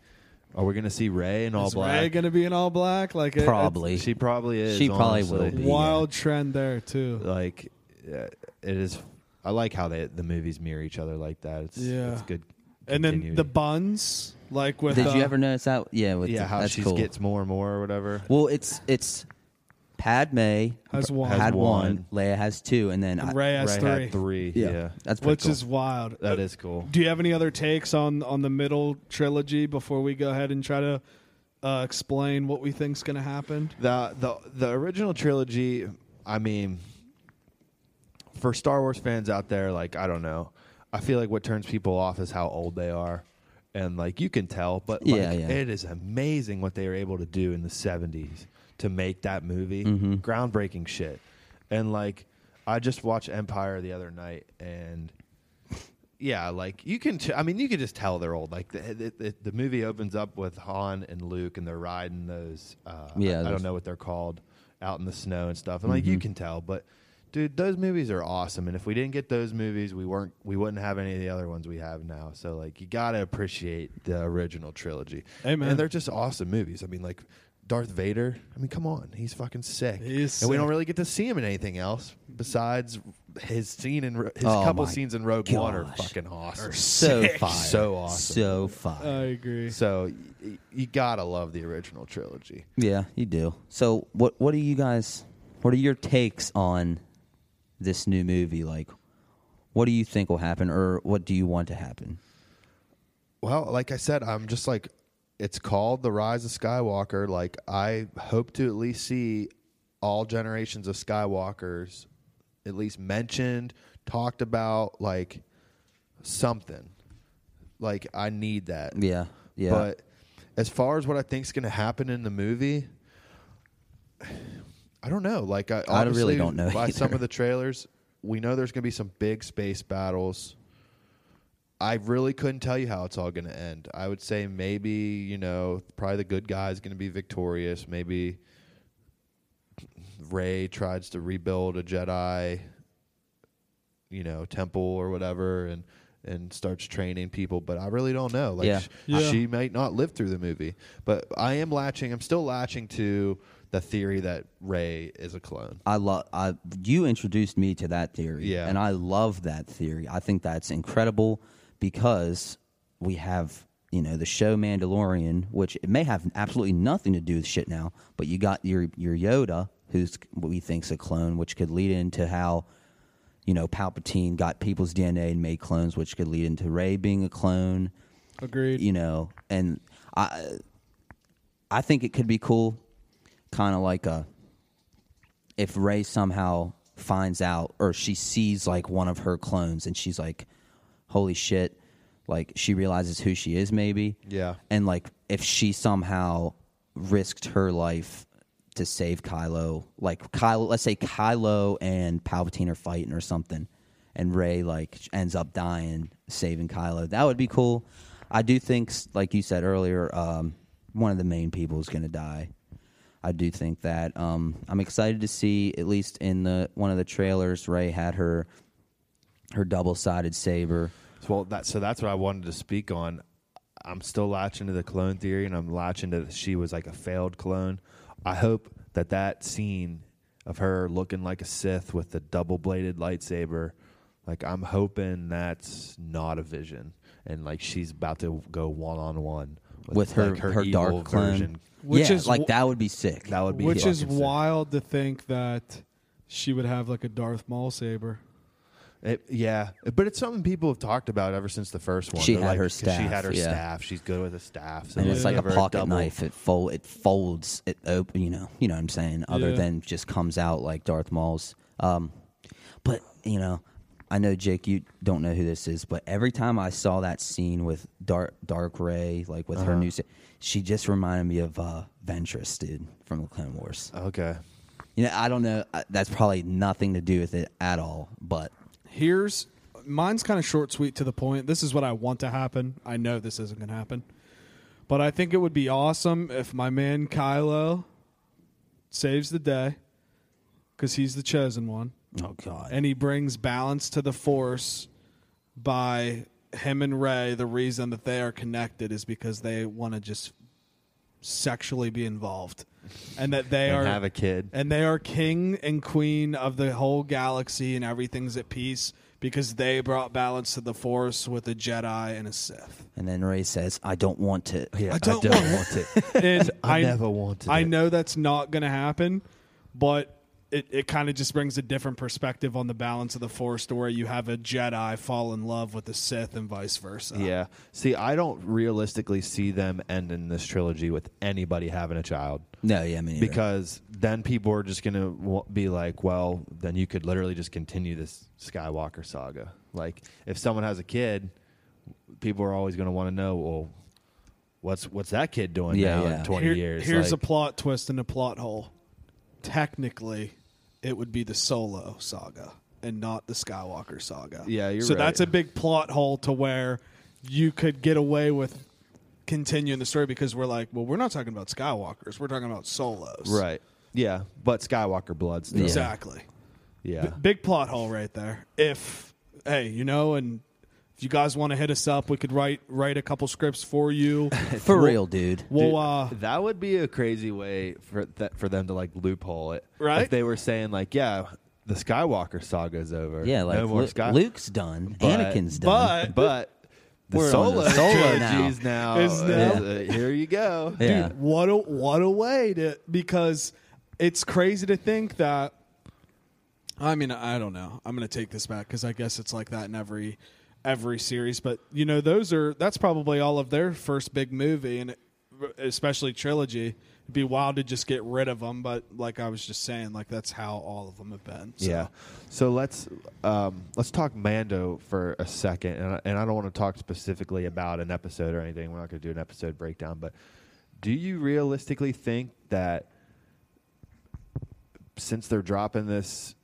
Speaker 4: are we going to see Ray in all
Speaker 5: is
Speaker 4: black?
Speaker 5: Ray going to be in all black? Like it-
Speaker 3: probably
Speaker 4: She probably is.
Speaker 3: She probably
Speaker 4: honestly.
Speaker 3: will
Speaker 5: it's
Speaker 3: be.
Speaker 5: a wild trend there too.
Speaker 4: Like uh, it is. I like how they, the movies mirror each other like that. It's,
Speaker 5: Yeah.
Speaker 4: it's good.
Speaker 5: And then the
Speaker 4: continuity.
Speaker 5: buns, like with
Speaker 3: Did
Speaker 5: uh,
Speaker 3: you ever notice that? Yeah, with
Speaker 4: yeah,
Speaker 3: the,
Speaker 4: how
Speaker 3: that's
Speaker 4: she
Speaker 3: cool.
Speaker 4: gets more and more or whatever.
Speaker 3: well, it's it's Padme
Speaker 5: Has one.
Speaker 3: had
Speaker 4: Has
Speaker 3: one,
Speaker 4: one.
Speaker 3: Leia has two, and then I-
Speaker 5: and Ray has
Speaker 4: Ray
Speaker 5: three,
Speaker 4: had three. Yeah,
Speaker 3: that's pretty
Speaker 5: which
Speaker 3: cool.
Speaker 5: is wild.
Speaker 4: that is cool.
Speaker 5: Do you have any other takes on on the middle trilogy before we go ahead and try to uh, explain what we think's going to happen?
Speaker 4: the the the original trilogy. I mean, for Star Wars fans out there, like I don't know, I feel like what turns people off is how old they are, and like you can tell, but like,
Speaker 3: Yeah, yeah.
Speaker 4: it is amazing what they were able to do in the seventies to make that movie
Speaker 3: Mm-hmm.
Speaker 4: groundbreaking shit, and like I just watched Empire the other night and. Yeah, like you can. T- I mean, you can just tell they're old. Like the, the, the, the movie opens up with Han and Luke, and they're riding those. Uh,
Speaker 3: Yeah,
Speaker 4: I- I
Speaker 3: those-
Speaker 4: don't know know what they're called out in the snow and stuff. And like
Speaker 3: Mm-hmm.
Speaker 4: you can tell, but dude, those movies are awesome. And if we didn't get those movies, we weren't we wouldn't have any of the other ones we have now. So like you gotta appreciate the original trilogy.
Speaker 5: Amen.
Speaker 4: And they're just awesome movies. I mean like Darth Vader. I mean, come on, he's fucking sick.
Speaker 5: He is
Speaker 4: and we
Speaker 5: sick.
Speaker 4: don't really get to see him in anything else besides his scene in Ro- his
Speaker 3: Oh
Speaker 4: couple
Speaker 3: my
Speaker 4: scenes in Rogue One are
Speaker 3: gosh.
Speaker 4: fucking awesome.
Speaker 3: so fire,
Speaker 4: So awesome.
Speaker 3: so fire.
Speaker 5: I agree.
Speaker 4: So y- y- you gotta love the original trilogy.
Speaker 3: Yeah, you do. So what what are you guys what are your takes on this new movie? Like what do you think will happen or what do you want to happen?
Speaker 4: Well, like I said, I'm just like it's called The Rise of Skywalker. Like I hope to at least see all generations of Skywalkers at least mentioned, talked about, like something. Like I need that.
Speaker 3: Yeah. Yeah.
Speaker 4: But as far as what I think's going to happen in the movie, I don't know. Like I,
Speaker 3: I really
Speaker 4: obviously,
Speaker 3: don't know
Speaker 4: By some
Speaker 3: either.
Speaker 4: of the trailers, we know there's going to be some big space battles. I really couldn't tell you how it's all going to end. I would say maybe you know probably the good guy is going to be victorious. Maybe Ray tries to rebuild a Jedi, you know, temple or whatever, and and starts training people. But I really don't know. Like
Speaker 3: Yeah.
Speaker 4: sh-
Speaker 5: Yeah.
Speaker 4: she might not live through the movie, but I am latching. I'm still latching to the theory that Ray is a clone.
Speaker 3: I love I you introduced me to that theory.
Speaker 4: Yeah.
Speaker 3: And I love that theory. I think that's incredible because we have you know the show Mandalorian, which it may have absolutely nothing to do with shit now, but you got your your Yoda, who's what we think's a clone, which could lead into how you know Palpatine got people's DNA and made clones, which could lead into Ray being a clone
Speaker 5: Agreed.
Speaker 3: you know and i i think it could be cool kind of like a if ray somehow finds out or she sees like one of her clones and she's like holy shit like she realizes who she is maybe
Speaker 4: Yeah.
Speaker 3: and like if she somehow risked her life to save Kylo, like Kylo, let's say Kylo and Palpatine are fighting or something, and Ray like ends up dying saving Kylo, that would be cool. I do think, s- like you said earlier, um, one of the main people is going to die. I do think that um, I'm excited to see, at least in the one of the trailers, Ray had her her double sided saber.
Speaker 4: Well, that so that's what I wanted to speak on. I'm still latching to the clone theory, and I'm latching to that she was like a failed clone. I hope that that scene of her looking like a Sith with the double bladed lightsaber, like I'm hoping that's not a vision, and like she's about to go one on one
Speaker 3: With her,
Speaker 4: like,
Speaker 3: her,
Speaker 4: evil
Speaker 3: dark clone,
Speaker 4: version.
Speaker 5: Which
Speaker 3: yeah,
Speaker 5: is
Speaker 3: like
Speaker 5: wh-
Speaker 3: that would be sick.
Speaker 4: That would be
Speaker 5: Which is
Speaker 4: fucking sick.
Speaker 5: wild to think that she would have like a Darth Maul saber.
Speaker 4: It, yeah, but it's something people have talked about ever since the first one.
Speaker 3: She
Speaker 4: They're
Speaker 3: had
Speaker 4: like,
Speaker 3: her
Speaker 4: 'cause She
Speaker 3: staff,
Speaker 4: had her
Speaker 3: yeah.
Speaker 4: staff. She's good with a staff. So
Speaker 3: and it's
Speaker 4: let's
Speaker 3: like a
Speaker 4: give her
Speaker 3: pocket
Speaker 4: double-
Speaker 3: knife. It fold it folds it open. You know, you know what I'm saying. Other
Speaker 5: Yeah.
Speaker 3: than just comes out like Darth Maul's. Um, but you know, I know Jake, you don't know who this is, but every time I saw that scene with Dark Dark Ray, like with
Speaker 5: Uh-huh.
Speaker 3: her new, sa- she just reminded me of uh, Ventress, dude, from the Clone Wars.
Speaker 4: Okay.
Speaker 3: You know, I don't know. I- That's probably nothing to do with it at all, but
Speaker 5: Here's mine's kind of short, sweet, to the point. This is what I want to happen. I know this isn't going to happen, but I think it would be awesome if my man Kylo saves the day because he's the chosen one,
Speaker 3: Oh God.
Speaker 5: and he brings balance to the Force by him and Ray. The reason that they are connected is because they want to just sexually be involved, and that they are
Speaker 4: and have a kid.
Speaker 5: and they are king and queen of the whole galaxy, and everything's at peace because they brought balance to the Force with a Jedi and a Sith.
Speaker 3: And then Ray says, "I don't want it."
Speaker 4: Yeah,
Speaker 5: I don't
Speaker 4: want it.
Speaker 5: And
Speaker 4: I never wanted
Speaker 5: I
Speaker 4: it.
Speaker 5: know that's not going to happen, but it, it kind of just brings a different perspective on the balance of the Force to where you have a Jedi fall in love with a Sith and vice versa.
Speaker 4: Yeah. See, I don't realistically see them ending this trilogy with anybody having a child
Speaker 3: No, yeah, I mean
Speaker 4: because then people are just going to w- be like, well, then you could literally just continue this Skywalker saga. Like, if someone has a kid, people are always going to want to know, well, what's what's that kid doing
Speaker 3: Yeah,
Speaker 4: now
Speaker 3: yeah.
Speaker 4: in 20
Speaker 5: Here-
Speaker 4: years?
Speaker 5: Here's
Speaker 4: Like,
Speaker 5: a plot twist and a plot hole. Technically, it would be the Solo saga and not the Skywalker saga.
Speaker 4: Yeah, you're
Speaker 5: so
Speaker 4: right.
Speaker 5: that's a big plot hole to where you could get away with continuing the story because we're like, well, we're not talking about Skywalkers, we're talking about Solos.
Speaker 4: Right. Yeah. But Skywalker blood still. Yeah.
Speaker 5: Exactly. B- big plot hole right there. If hey, you know, and if you guys want to hit us up, we could write write a couple scripts for you.
Speaker 3: for real, dude.
Speaker 5: We'll
Speaker 4: Dude,
Speaker 5: uh
Speaker 4: that would be a crazy way for th- for them to like loophole it.
Speaker 5: Right?
Speaker 4: If they were saying like, yeah, the Skywalker saga is over.
Speaker 3: Yeah, like
Speaker 4: no more
Speaker 3: Lu-
Speaker 4: Sky-
Speaker 3: Luke's done,
Speaker 4: But-
Speaker 3: Anakin's done.
Speaker 5: but
Speaker 4: But the
Speaker 3: We're on
Speaker 4: solo,
Speaker 3: the solo
Speaker 4: trilogies now.
Speaker 5: Is now-
Speaker 4: is, uh, here you go.
Speaker 3: yeah,
Speaker 5: Dude, what a what a way to because it's crazy to think that. I mean, I don't know. I'm going to take this back because I guess it's like that in every every series. But you know, those are that's probably all of their first big movie, and especially trilogy. It'd be wild to just get rid of them, but like I was just saying, like that's how all of them have been. So.
Speaker 4: Yeah. So let's um, let's talk Mando for a second, and I, and I don't want to talk specifically about an episode or anything. We're not going to do an episode breakdown, but do you realistically think that since they're dropping this,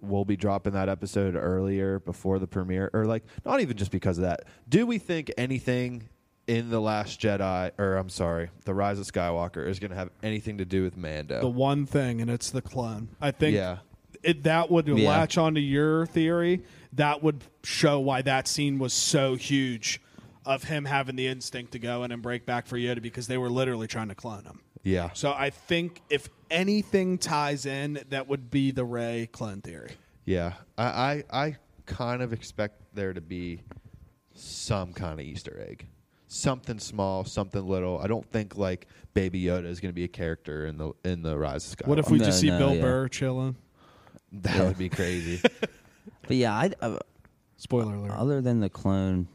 Speaker 4: we'll be dropping that episode earlier before the premiere, or like not even just because of that? Do we think anything? In the Last Jedi, or I'm sorry, the Rise of Skywalker is going to have anything to do with Mando.
Speaker 5: the one thing, and it's the clone. I think
Speaker 4: Yeah.
Speaker 5: it, that would
Speaker 3: Yeah.
Speaker 5: latch onto your theory. That would show why that scene was so huge of him having the instinct to go in and break back for Yoda because they were literally trying to clone him.
Speaker 4: yeah,
Speaker 5: So I think if anything ties in, that would be the Ray clone theory.
Speaker 4: Yeah, I, I I kind of expect there to be some kind of Easter egg, something small, something little. I don't think like Baby Yoda is going to be a character in the in the Rise of Skywalker.
Speaker 5: What if we
Speaker 3: No,
Speaker 5: just see
Speaker 3: no,
Speaker 5: Bill
Speaker 3: yeah.
Speaker 5: Burr chilling?
Speaker 4: that would be crazy?
Speaker 3: but yeah, I, uh,
Speaker 5: Spoiler alert.
Speaker 3: other than the clone,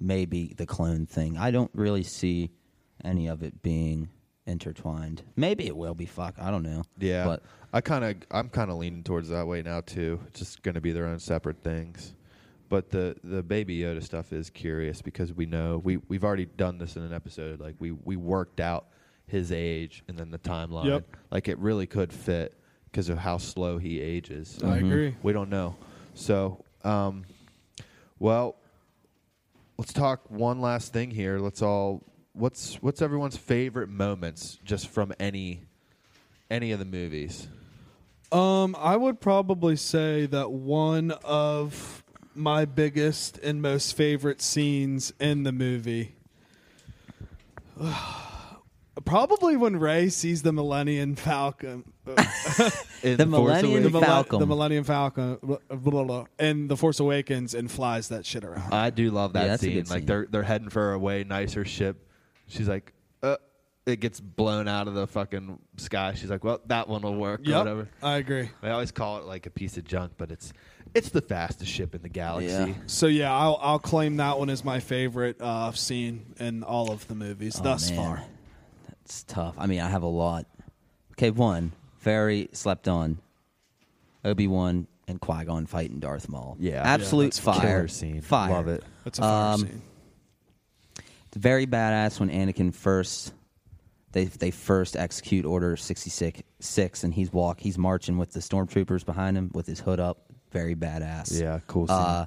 Speaker 3: maybe the clone thing, I don't really see any of it being intertwined. Maybe it will be. Fuck, I don't know.
Speaker 4: yeah,
Speaker 3: but
Speaker 4: I kind of I'm kind of leaning towards that way now too. It's just going to be their own separate things. But the, the baby Yoda stuff is curious because we know we we've already done this in an episode. Like we we worked out his age and then the timeline.
Speaker 5: Yep.
Speaker 4: Like it really could fit because of how slow he ages.
Speaker 5: I agree.
Speaker 4: Mm-hmm. We don't know. So, um, well, let's talk one last thing here. Let's all what's what's everyone's favorite moments just from any any of the movies.
Speaker 5: Um, I would probably say that one of my biggest and most favorite scenes in the movie. Probably when Ray sees the Millennium Falcon, uh,
Speaker 4: In
Speaker 3: The
Speaker 4: Force
Speaker 3: Millennium
Speaker 4: Awakens-
Speaker 5: the, Mille-
Speaker 3: Falcon.
Speaker 5: the Millennium Falcon, blah, blah, blah, and the Force Awakens, and flies that shit around.
Speaker 4: I do love
Speaker 3: Yeah,
Speaker 4: that
Speaker 3: that's a
Speaker 4: scene.
Speaker 3: good
Speaker 4: Like
Speaker 3: scene.
Speaker 4: they're they're heading for a way nicer ship. She's like, uh, it gets blown out of the fucking sky. She's like, well, that one will work or
Speaker 5: Yep,
Speaker 4: whatever.
Speaker 5: I agree.
Speaker 4: They always call it like a piece of junk, but it's it's the fastest ship in the galaxy.
Speaker 3: Yeah.
Speaker 5: So yeah, I'll, I'll claim that one as my favorite uh, scene in all of the movies
Speaker 3: oh,
Speaker 5: thus
Speaker 3: man,
Speaker 5: far.
Speaker 3: that's tough. I mean, I have a lot. Okay, one very slept on. Obi Wan and Qui Gon fighting Darth Maul.
Speaker 4: Yeah. Yeah,
Speaker 3: absolute
Speaker 4: that's a
Speaker 3: fire
Speaker 4: killer scene.
Speaker 3: Fire.
Speaker 4: Love it.
Speaker 5: That's a fire
Speaker 3: Um,
Speaker 5: scene.
Speaker 3: very badass when Anakin first they they first execute Order sixty six six, and he's walk he's marching with the stormtroopers behind him with his hood up. Very badass.
Speaker 4: Yeah, cool scene.
Speaker 3: Uh,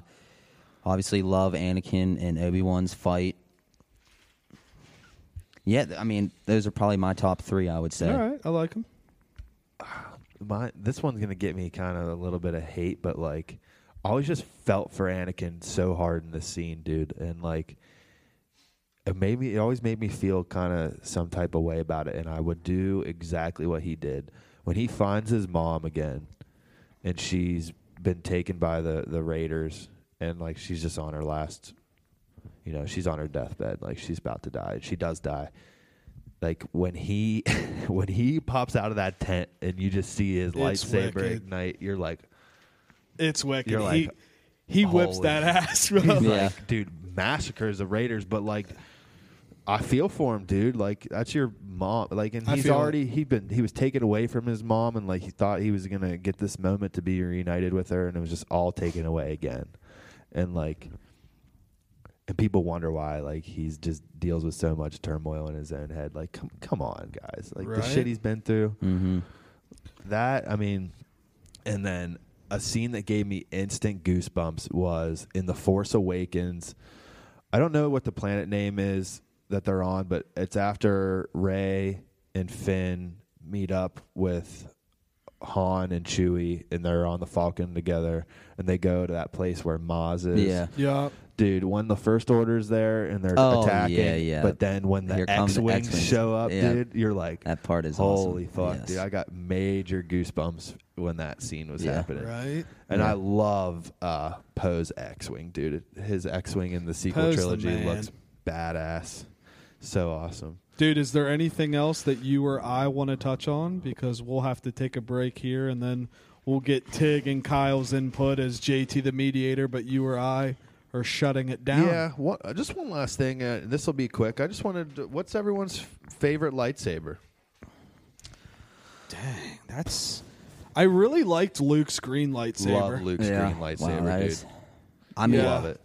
Speaker 3: Obviously, love Anakin and Obi Wan's fight. Yeah, th- I mean, those are probably my top three. I would say.
Speaker 5: All right, I like him.
Speaker 4: my this one's gonna get me kind of a little bit of hate, but like I always just felt for Anakin so hard in this scene, dude, and like it made me. It always made me feel kind of some type of way about it, and I would do exactly what he did when he finds his mom again, and she's been taken by the the raiders, and like she's just on her last, you know, she's on her deathbed, like she's about to die. She does die like when he when he pops out of that tent and you just see his
Speaker 5: It's
Speaker 4: lightsaber
Speaker 5: wicked.
Speaker 4: ignite, you're like,
Speaker 5: It's wicked.
Speaker 4: You're
Speaker 5: he
Speaker 4: like,
Speaker 5: he whips
Speaker 4: holy-
Speaker 5: that ass, bro.
Speaker 3: Yeah.
Speaker 4: like, dude, massacres the Raiders, but like I feel for him, dude. Like that's your mom. Like and
Speaker 5: I
Speaker 4: he's
Speaker 5: feel it.
Speaker 4: already he been he was taken away from his mom and like he thought he was gonna get this moment to be reunited with her and it was just all taken away again. And like and people wonder why like he's just deals with so much turmoil in his own head. Like come come on, guys. Like the
Speaker 5: Right.
Speaker 4: shit he's been through.
Speaker 3: Mm-hmm.
Speaker 4: That I mean, and then a scene that gave me instant goosebumps was in The Force Awakens. I don't know what the planet name is that they're on, but it's after Ray and Finn meet up with Han and Chewie, and they're on the Falcon together, and they go to that place where Maz is
Speaker 3: Yeah.
Speaker 5: yeah.
Speaker 4: dude, when the first order's there and they're
Speaker 3: Oh,
Speaker 4: attacking,
Speaker 3: yeah, yeah.
Speaker 4: but then when the
Speaker 3: Here comes
Speaker 4: X
Speaker 3: the
Speaker 4: wings
Speaker 3: X-Wings.
Speaker 4: show up,
Speaker 3: Yeah.
Speaker 4: dude, you're like,
Speaker 3: That part is awesome.
Speaker 4: holy fuck,
Speaker 3: Yes.
Speaker 4: dude! I got major goosebumps when that scene was
Speaker 3: Yeah.
Speaker 4: happening,
Speaker 5: Right.
Speaker 4: and I love uh, Poe's X wing, dude. His X wing in the sequel
Speaker 5: Poe's the
Speaker 4: trilogy
Speaker 5: man.
Speaker 4: looks badass, so awesome.
Speaker 5: Dude, is there anything else that you or I want to touch on? Because we'll have to take a break here and then we'll get Tig and Kyle's input as JT the mediator, but you or I are shutting it down.
Speaker 4: Yeah, what, uh, just one last thing, uh, and this will be quick. I just wanted, to, what's everyone's f- favorite lightsaber?
Speaker 5: Dang, that's. I really liked Luke's green lightsaber.
Speaker 4: Love Luke's green lightsaber,
Speaker 3: wow, that
Speaker 4: dude.
Speaker 3: is- I mean,
Speaker 5: Yeah.
Speaker 4: Love it.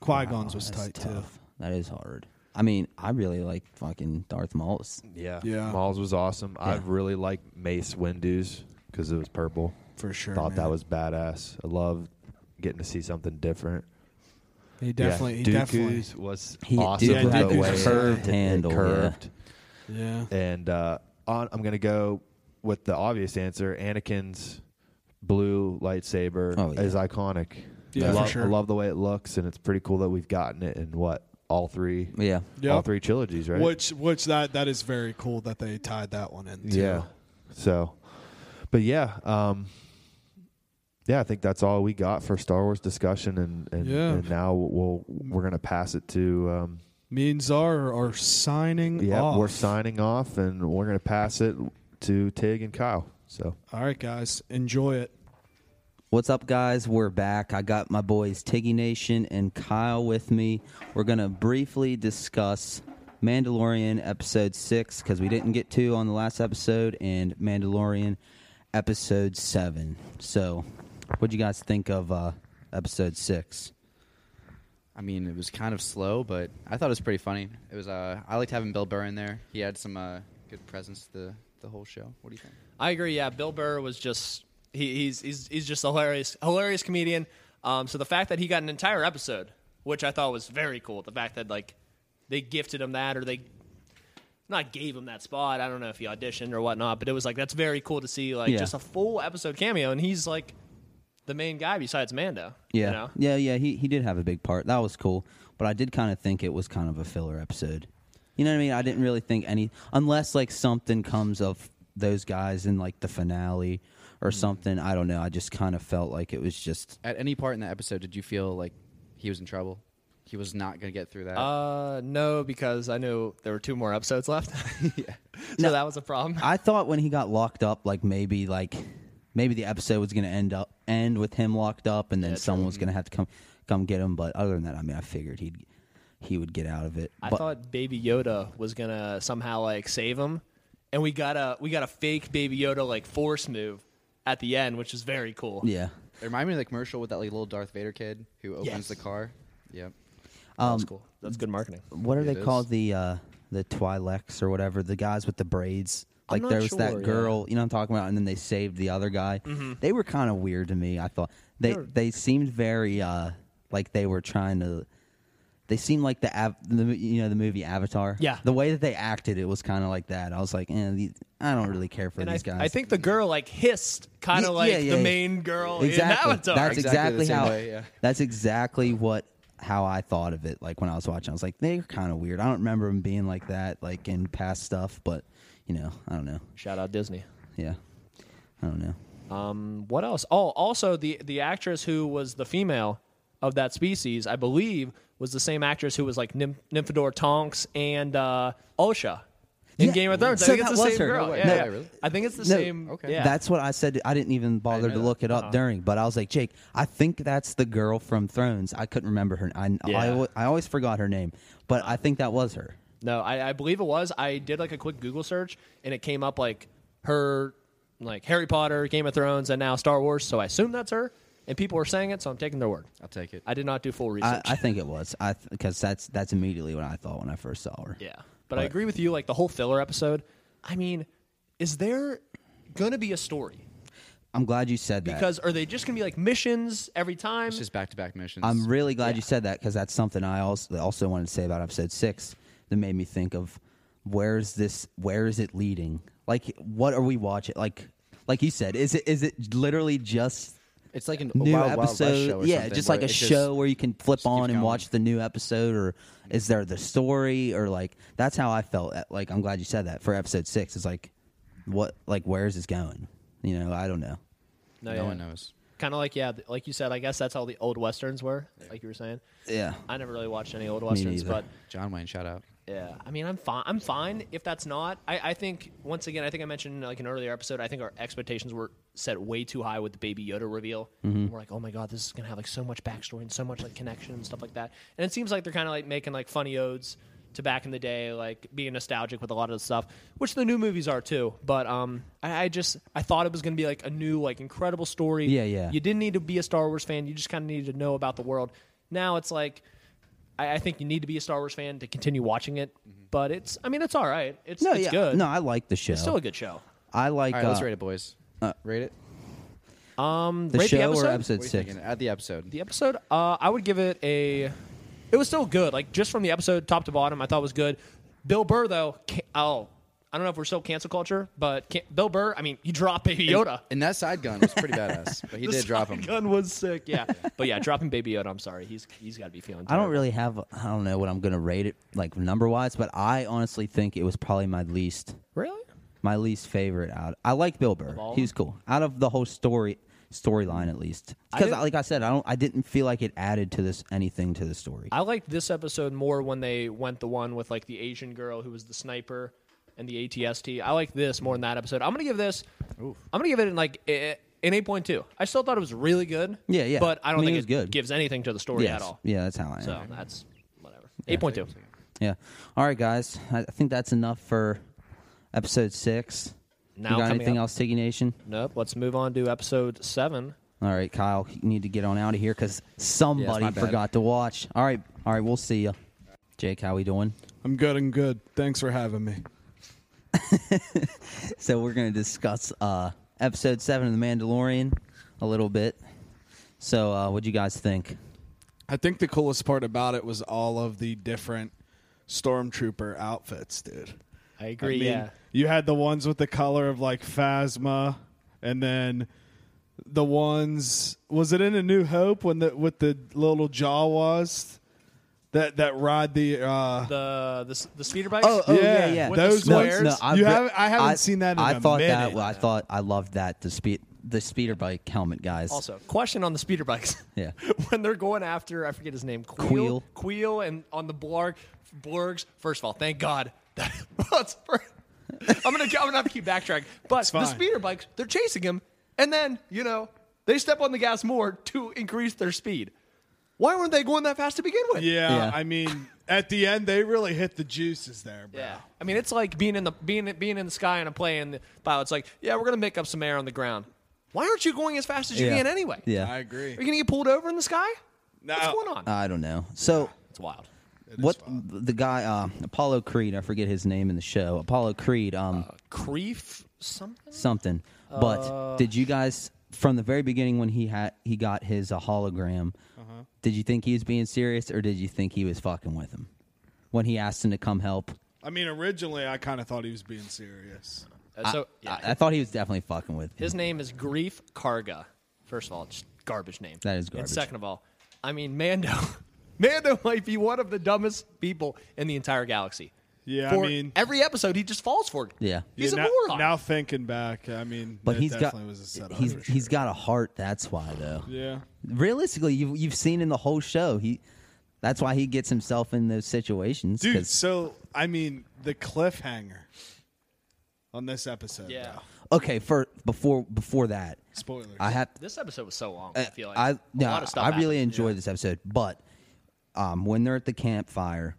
Speaker 5: Qui Gon's was
Speaker 3: that's
Speaker 5: tight too.
Speaker 3: tough. That is hard. I mean, I really like fucking Darth Maul's.
Speaker 4: Yeah.
Speaker 5: Yeah.
Speaker 4: Malls was awesome. I really liked Mace Windu's because it was purple.
Speaker 5: For sure,
Speaker 4: Thought that
Speaker 5: man.
Speaker 4: was badass. I loved getting to see something different.
Speaker 5: He definitely,
Speaker 4: yeah.
Speaker 5: he definitely,
Speaker 4: Dooku's was
Speaker 3: He-
Speaker 4: awesome.
Speaker 3: Dooku
Speaker 4: the
Speaker 5: had the
Speaker 4: way it-
Speaker 3: curved
Speaker 4: it
Speaker 3: handle, yeah.
Speaker 4: Curved.
Speaker 5: yeah.
Speaker 4: And uh, on, I'm going to go with the obvious answer. Anakin's blue lightsaber
Speaker 3: Oh, yeah.
Speaker 4: is iconic.
Speaker 5: Yeah,
Speaker 4: I,
Speaker 5: for
Speaker 4: love,
Speaker 5: sure.
Speaker 4: I love the way it looks, and it's pretty cool that we've gotten it in what all three,
Speaker 3: Yeah.
Speaker 4: all
Speaker 5: Yep.
Speaker 4: three trilogies, right?
Speaker 5: Which, which that that is very cool that they tied that one in. Too.
Speaker 4: Yeah. So, but yeah, um, yeah, I think that's all we got for Star Wars discussion, and and,
Speaker 5: Yeah.
Speaker 4: and now we'll we're gonna pass it to um,
Speaker 5: me and Czar are signing
Speaker 4: yeah,
Speaker 5: off.
Speaker 4: we're signing off, and we're gonna pass it to Tig and Kyle. So
Speaker 5: All right, guys, enjoy it.
Speaker 3: What's up, guys? We're back. I got my boys Tiggy Nation and Kyle with me. We're going to briefly discuss Mandalorian episode six because we didn't get to on the last episode, and Mandalorian episode seven. So, what'd you guys think of uh, episode six?
Speaker 6: I mean, it was kind of slow, but I thought it was pretty funny. It was. Uh, I liked having Bill Burr in there. He had some uh, good presence to the the whole show. What do you think?
Speaker 1: I agree. Yeah, Bill Burr was just he, he's he's he's just a hilarious hilarious comedian. Um, so the fact that he got an entire episode, which I thought was very cool, the fact that like they gifted him that or they not gave him that spot. I don't know if he auditioned or whatnot, but it was like that's very cool to see like
Speaker 3: Yeah.
Speaker 1: just a full episode cameo, and he's like the main guy besides Mando.
Speaker 3: Yeah,
Speaker 1: you know?
Speaker 3: yeah, yeah. He he did have a big part. That was cool, but I did kind of think it was kind of a filler episode. You know what I mean? I didn't really think any, unless like something comes of those guys in like the finale
Speaker 1: Hmm.
Speaker 3: or something. I don't know. I just kind of felt like it was just
Speaker 6: At any part in that episode, did you feel like he was in trouble? He was not going to get through that.
Speaker 1: Uh, no, because I knew there were two more episodes left. yeah. So that was a problem.
Speaker 3: I thought when he got locked up, like maybe like maybe the episode was gonna end up end with him locked up, and then someone was gonna have to come come get him. But other than that, I mean, I figured he'd he would get out of it.
Speaker 1: I
Speaker 3: but,
Speaker 1: thought Baby Yoda was gonna somehow like save him, and we got a we got a fake Baby Yoda like force move at the end, which is very cool.
Speaker 3: yeah,
Speaker 6: it reminded me of the commercial with that like, little Darth Vader kid who opens
Speaker 1: Yes.
Speaker 6: the car. Yep.
Speaker 1: that
Speaker 3: um,
Speaker 1: was cool. That's good marketing.
Speaker 3: what are
Speaker 6: It
Speaker 3: they
Speaker 6: is.
Speaker 3: called the uh the Twi'leks or whatever the guys with the braids like
Speaker 1: not
Speaker 3: there was
Speaker 1: sure,
Speaker 3: that
Speaker 1: yeah. Mm-hmm.
Speaker 3: girl you know what I'm talking about and then they saved the other guy they were kind of weird to me I thought they they seemed very uh like they were trying to. They seemed like the, av- the mo- you know the movie Avatar.
Speaker 1: Yeah.
Speaker 3: the way that they acted, it was kind of like that. I was like, eh, these, I don't really care for
Speaker 1: And I,
Speaker 3: these guys.
Speaker 1: I think the girl like hissed, kind
Speaker 3: Yeah,
Speaker 1: of like
Speaker 3: yeah, yeah,
Speaker 1: the
Speaker 3: yeah.
Speaker 1: main girl
Speaker 3: exactly.
Speaker 1: in Avatar.
Speaker 3: That's
Speaker 6: Exactly the
Speaker 3: exactly,
Speaker 6: same
Speaker 3: how.
Speaker 6: way, yeah.
Speaker 3: That's exactly what how I thought of it. Like when I was watching, I was like, they're kind of weird. I don't remember them being like that, like in past stuff. But you know, I don't know.
Speaker 1: Shout out Disney.
Speaker 3: Yeah, I don't know.
Speaker 1: Um, what else? Oh, also the the actress who was the female of that species, I believe, was the same actress who was like Nymph- Nymphador Tonks and uh, Osha in
Speaker 3: Yeah.
Speaker 1: Game of Thrones. I
Speaker 3: So
Speaker 1: think it's
Speaker 3: that
Speaker 1: the
Speaker 3: was
Speaker 1: same
Speaker 3: her.
Speaker 1: girl.
Speaker 3: No way.
Speaker 1: yeah,
Speaker 6: No.
Speaker 1: yeah.
Speaker 6: Really?
Speaker 1: I think it's the
Speaker 3: No.
Speaker 1: same.
Speaker 6: Okay.
Speaker 1: Yeah.
Speaker 3: That's what I said. I didn't even bother
Speaker 6: know
Speaker 3: to
Speaker 6: that.
Speaker 3: look it up during, but I was like, Jake, I think that's the girl from Thrones. I couldn't remember her. I, I
Speaker 1: Yeah.
Speaker 3: al- I, always forgot her name, but I think that was her.
Speaker 1: No, I, I believe it was. I did like a quick Google search, and it came up like her, like Harry Potter, Game of Thrones, and now Star Wars. So I assume that's her. And people were saying it, so I'm taking their word.
Speaker 6: I'll take it.
Speaker 1: I did not do full research.
Speaker 3: I, I think it was. I because that's that's immediately what I thought when I first saw her.
Speaker 1: Yeah. But, I agree with you. Like the whole filler episode, I mean, is there going to be a story?
Speaker 3: I'm glad you said that
Speaker 1: Because are they just going to be like missions every time?
Speaker 6: It's just back to back missions.
Speaker 3: I'm really glad you said that because that's something I also also wanted to say about episode six that made me think of where's this where is it leading? Like what are we watching? Like like you said, is it is it literally just
Speaker 6: it's like an
Speaker 3: new
Speaker 6: Wild Wild West
Speaker 3: episode?
Speaker 6: show or
Speaker 3: yeah,
Speaker 6: something
Speaker 3: just like
Speaker 6: where
Speaker 3: a
Speaker 6: it just-
Speaker 3: show where you can flip
Speaker 6: just keeps
Speaker 3: on and
Speaker 6: going.
Speaker 3: watch the new episode, or is there the story, or like that's how I felt. at- Like I'm glad you said that for episode six. It's like what like where is this going? You know, I don't know.
Speaker 1: no,
Speaker 6: no one knows.
Speaker 1: Kind of like, yeah, th- like you said, I guess that's all the old Westerns were, like you were saying.
Speaker 3: Yeah,
Speaker 1: I never really watched any old Westerns,
Speaker 3: neither.
Speaker 1: but
Speaker 6: John Wayne, shout out.
Speaker 1: yeah, I mean, I'm fine. I'm fine if that's not. I, I think once again, I think I mentioned like an earlier episode. I think our expectations were set way too high with the Baby Yoda reveal.
Speaker 3: Mm-hmm.
Speaker 1: We're like, oh my god, this is gonna have like so much backstory and so much like connection and stuff like that. And it seems like they're kind of like making like funny odes to back in the day, like being nostalgic with a lot of the stuff, which the new movies are too. But um, I, I just I thought it was gonna be like a new like incredible story.
Speaker 3: Yeah, yeah.
Speaker 1: You didn't need to be a Star Wars fan. You just kind of needed to know about the world. Now it's like. I, I think you need to be a Star Wars fan to continue watching it. But it's, I mean, it's all right. It's,
Speaker 3: no,
Speaker 1: it's
Speaker 3: yeah,
Speaker 1: good.
Speaker 3: no. I like the show.
Speaker 1: it's still a good show.
Speaker 3: I like
Speaker 6: All right, let's
Speaker 3: uh,
Speaker 6: rate it, boys. rate it.
Speaker 1: Um,
Speaker 3: the
Speaker 1: rate
Speaker 3: show
Speaker 1: the episode.
Speaker 3: or episode
Speaker 6: What are you
Speaker 3: six.
Speaker 6: thinking? At the episode.
Speaker 1: The episode, uh, I would give it a. It was still good, like just from the episode top to bottom, I thought it was good. Bill Burr though, can, oh, I don't know if we're still cancel culture, but can, Bill Burr, I mean, he dropped Baby Yoda.
Speaker 6: And that side gun was pretty badass, but he
Speaker 1: The
Speaker 6: did drop
Speaker 1: sonic
Speaker 6: him.
Speaker 1: Gun was sick, yeah. but yeah, dropping Baby Yoda. I'm sorry, he's he's got to be feeling.
Speaker 3: I don't
Speaker 1: terrible.
Speaker 3: really have. I don't know what I'm gonna rate it like number wise, but I honestly think it was probably my least
Speaker 1: really.
Speaker 3: my least favorite out. I like Bill Burr.
Speaker 1: all of
Speaker 3: He was cool. Out of the whole story storyline, at least, because
Speaker 1: didn't-
Speaker 3: like I said, I don't. I didn't feel like it added to this anything to the story.
Speaker 1: I liked this episode more when they went the one with like the Asian girl who was the sniper and the ATST. I like this more than that episode. I'm gonna give this. I'm gonna give it in like eh, an eight point two. I still thought it was really good.
Speaker 3: Yeah, yeah.
Speaker 1: But I don't
Speaker 3: I mean,
Speaker 1: think
Speaker 3: it was
Speaker 1: it
Speaker 3: good.
Speaker 1: gives anything to the story
Speaker 3: yes.
Speaker 1: at all.
Speaker 3: Yeah, that's how I am.
Speaker 1: So that's whatever. Eight point two.
Speaker 3: Yeah. All right, guys. I I think that's enough for episode six.
Speaker 1: Now
Speaker 3: you got
Speaker 1: coming
Speaker 3: anything
Speaker 1: up-
Speaker 3: else, Tiggy Nation?
Speaker 1: Nope. Let's move on to episode seven.
Speaker 3: All right, Kyle, you need to get on out of here because somebody
Speaker 6: my bad.
Speaker 3: forgot to watch. All right, all right, we'll see you. Jake, how we doing?
Speaker 5: I'm good and good. Thanks for having me.
Speaker 3: So we're going to discuss uh, episode seven of The Mandalorian a little bit. So, uh, what do you guys think?
Speaker 5: I think the coolest part about it was all of the different stormtrooper outfits, dude.
Speaker 1: I
Speaker 5: I mean, You had the ones with the color of like Phasma, and then the ones was it in A New Hope when the with the little jaw was that that ride the uh
Speaker 1: The the, s- the speeder bikes.
Speaker 3: Oh, oh, yeah, yeah.
Speaker 1: With the
Speaker 5: Those
Speaker 1: No,
Speaker 5: ones,
Speaker 1: squares? no,
Speaker 5: you
Speaker 3: re-
Speaker 5: haven't, I haven't seen that. In
Speaker 3: I
Speaker 5: a
Speaker 3: thought
Speaker 5: minute.
Speaker 3: that. Well, I thought I loved that the speed the speeder bike helmet guys.
Speaker 1: Also, question on the speeder bikes.
Speaker 3: Yeah.
Speaker 1: when they're going after, I forget his name, Queel.
Speaker 3: Queel.
Speaker 1: Queel and on the blarg, blurgs. First of all, thank God. That, that's for- I'm gonna I'm gonna have to keep backtracking. But the
Speaker 5: fine.
Speaker 1: speeder bikes, they're chasing him, and then you know they step on the gas more to increase their speed. Why weren't they going that fast to begin with?
Speaker 5: Yeah,
Speaker 3: Yeah.
Speaker 5: I mean, at the end, they really hit the juices there, bro.
Speaker 1: Yeah. I mean, it's like being in the being being in the sky on a plane. and The pilot's like, "Yeah, we're gonna make up some air on the ground. Why aren't you going as fast as you
Speaker 3: Yeah.
Speaker 1: can anyway?
Speaker 3: Yeah. Uh,
Speaker 5: I
Speaker 1: Are
Speaker 5: agree.
Speaker 1: you gonna get pulled over in the sky? What's
Speaker 5: No.
Speaker 1: going on?
Speaker 3: I don't know. So,
Speaker 1: it's wild.
Speaker 3: what the guy uh, Apollo Creed? I forget his name in the show.
Speaker 5: Uh,
Speaker 3: Apollo Creed. Um,
Speaker 1: Creef something.
Speaker 3: something. But did you guys from the very beginning when he had he got his uh, hologram. Did you think he was being serious, or did you think he was fucking with him when he asked him to come help?
Speaker 5: I mean, originally I kind of thought he was being serious.
Speaker 1: Uh, so
Speaker 3: I,
Speaker 1: yeah,
Speaker 3: I thought he was definitely fucking with. him.
Speaker 1: his name is Grief Karga. First of all, just garbage name.
Speaker 3: That is garbage.
Speaker 1: And second of all, I mean Mando. Mando might be one of the dumbest people in the entire galaxy.
Speaker 5: Yeah, I
Speaker 1: For
Speaker 5: mean-
Speaker 1: every episode he just falls for it.
Speaker 3: Yeah.
Speaker 1: he's
Speaker 5: Yeah,
Speaker 1: a
Speaker 5: now,
Speaker 1: moron.
Speaker 5: Now thinking back, I mean,
Speaker 3: But
Speaker 5: it
Speaker 3: he's got
Speaker 5: definitely was a setup.
Speaker 3: he's
Speaker 5: for
Speaker 3: he's
Speaker 5: sure.
Speaker 3: got a heart. That's why though.
Speaker 5: yeah.
Speaker 3: Realistically, you've you've seen in the whole show he. That's why he gets himself in those situations.
Speaker 5: Dude,
Speaker 3: 'cause-
Speaker 5: so I mean, the cliffhanger on this episode.
Speaker 1: yeah,
Speaker 5: though.
Speaker 3: okay, for before before that,
Speaker 5: Spoilers.
Speaker 3: I have
Speaker 1: this episode was so long. I feel like
Speaker 3: Uh, I
Speaker 1: A
Speaker 3: no,
Speaker 1: lot of stuff.
Speaker 3: I really
Speaker 1: happened.
Speaker 3: enjoyed this episode, but um, when they're at the campfire,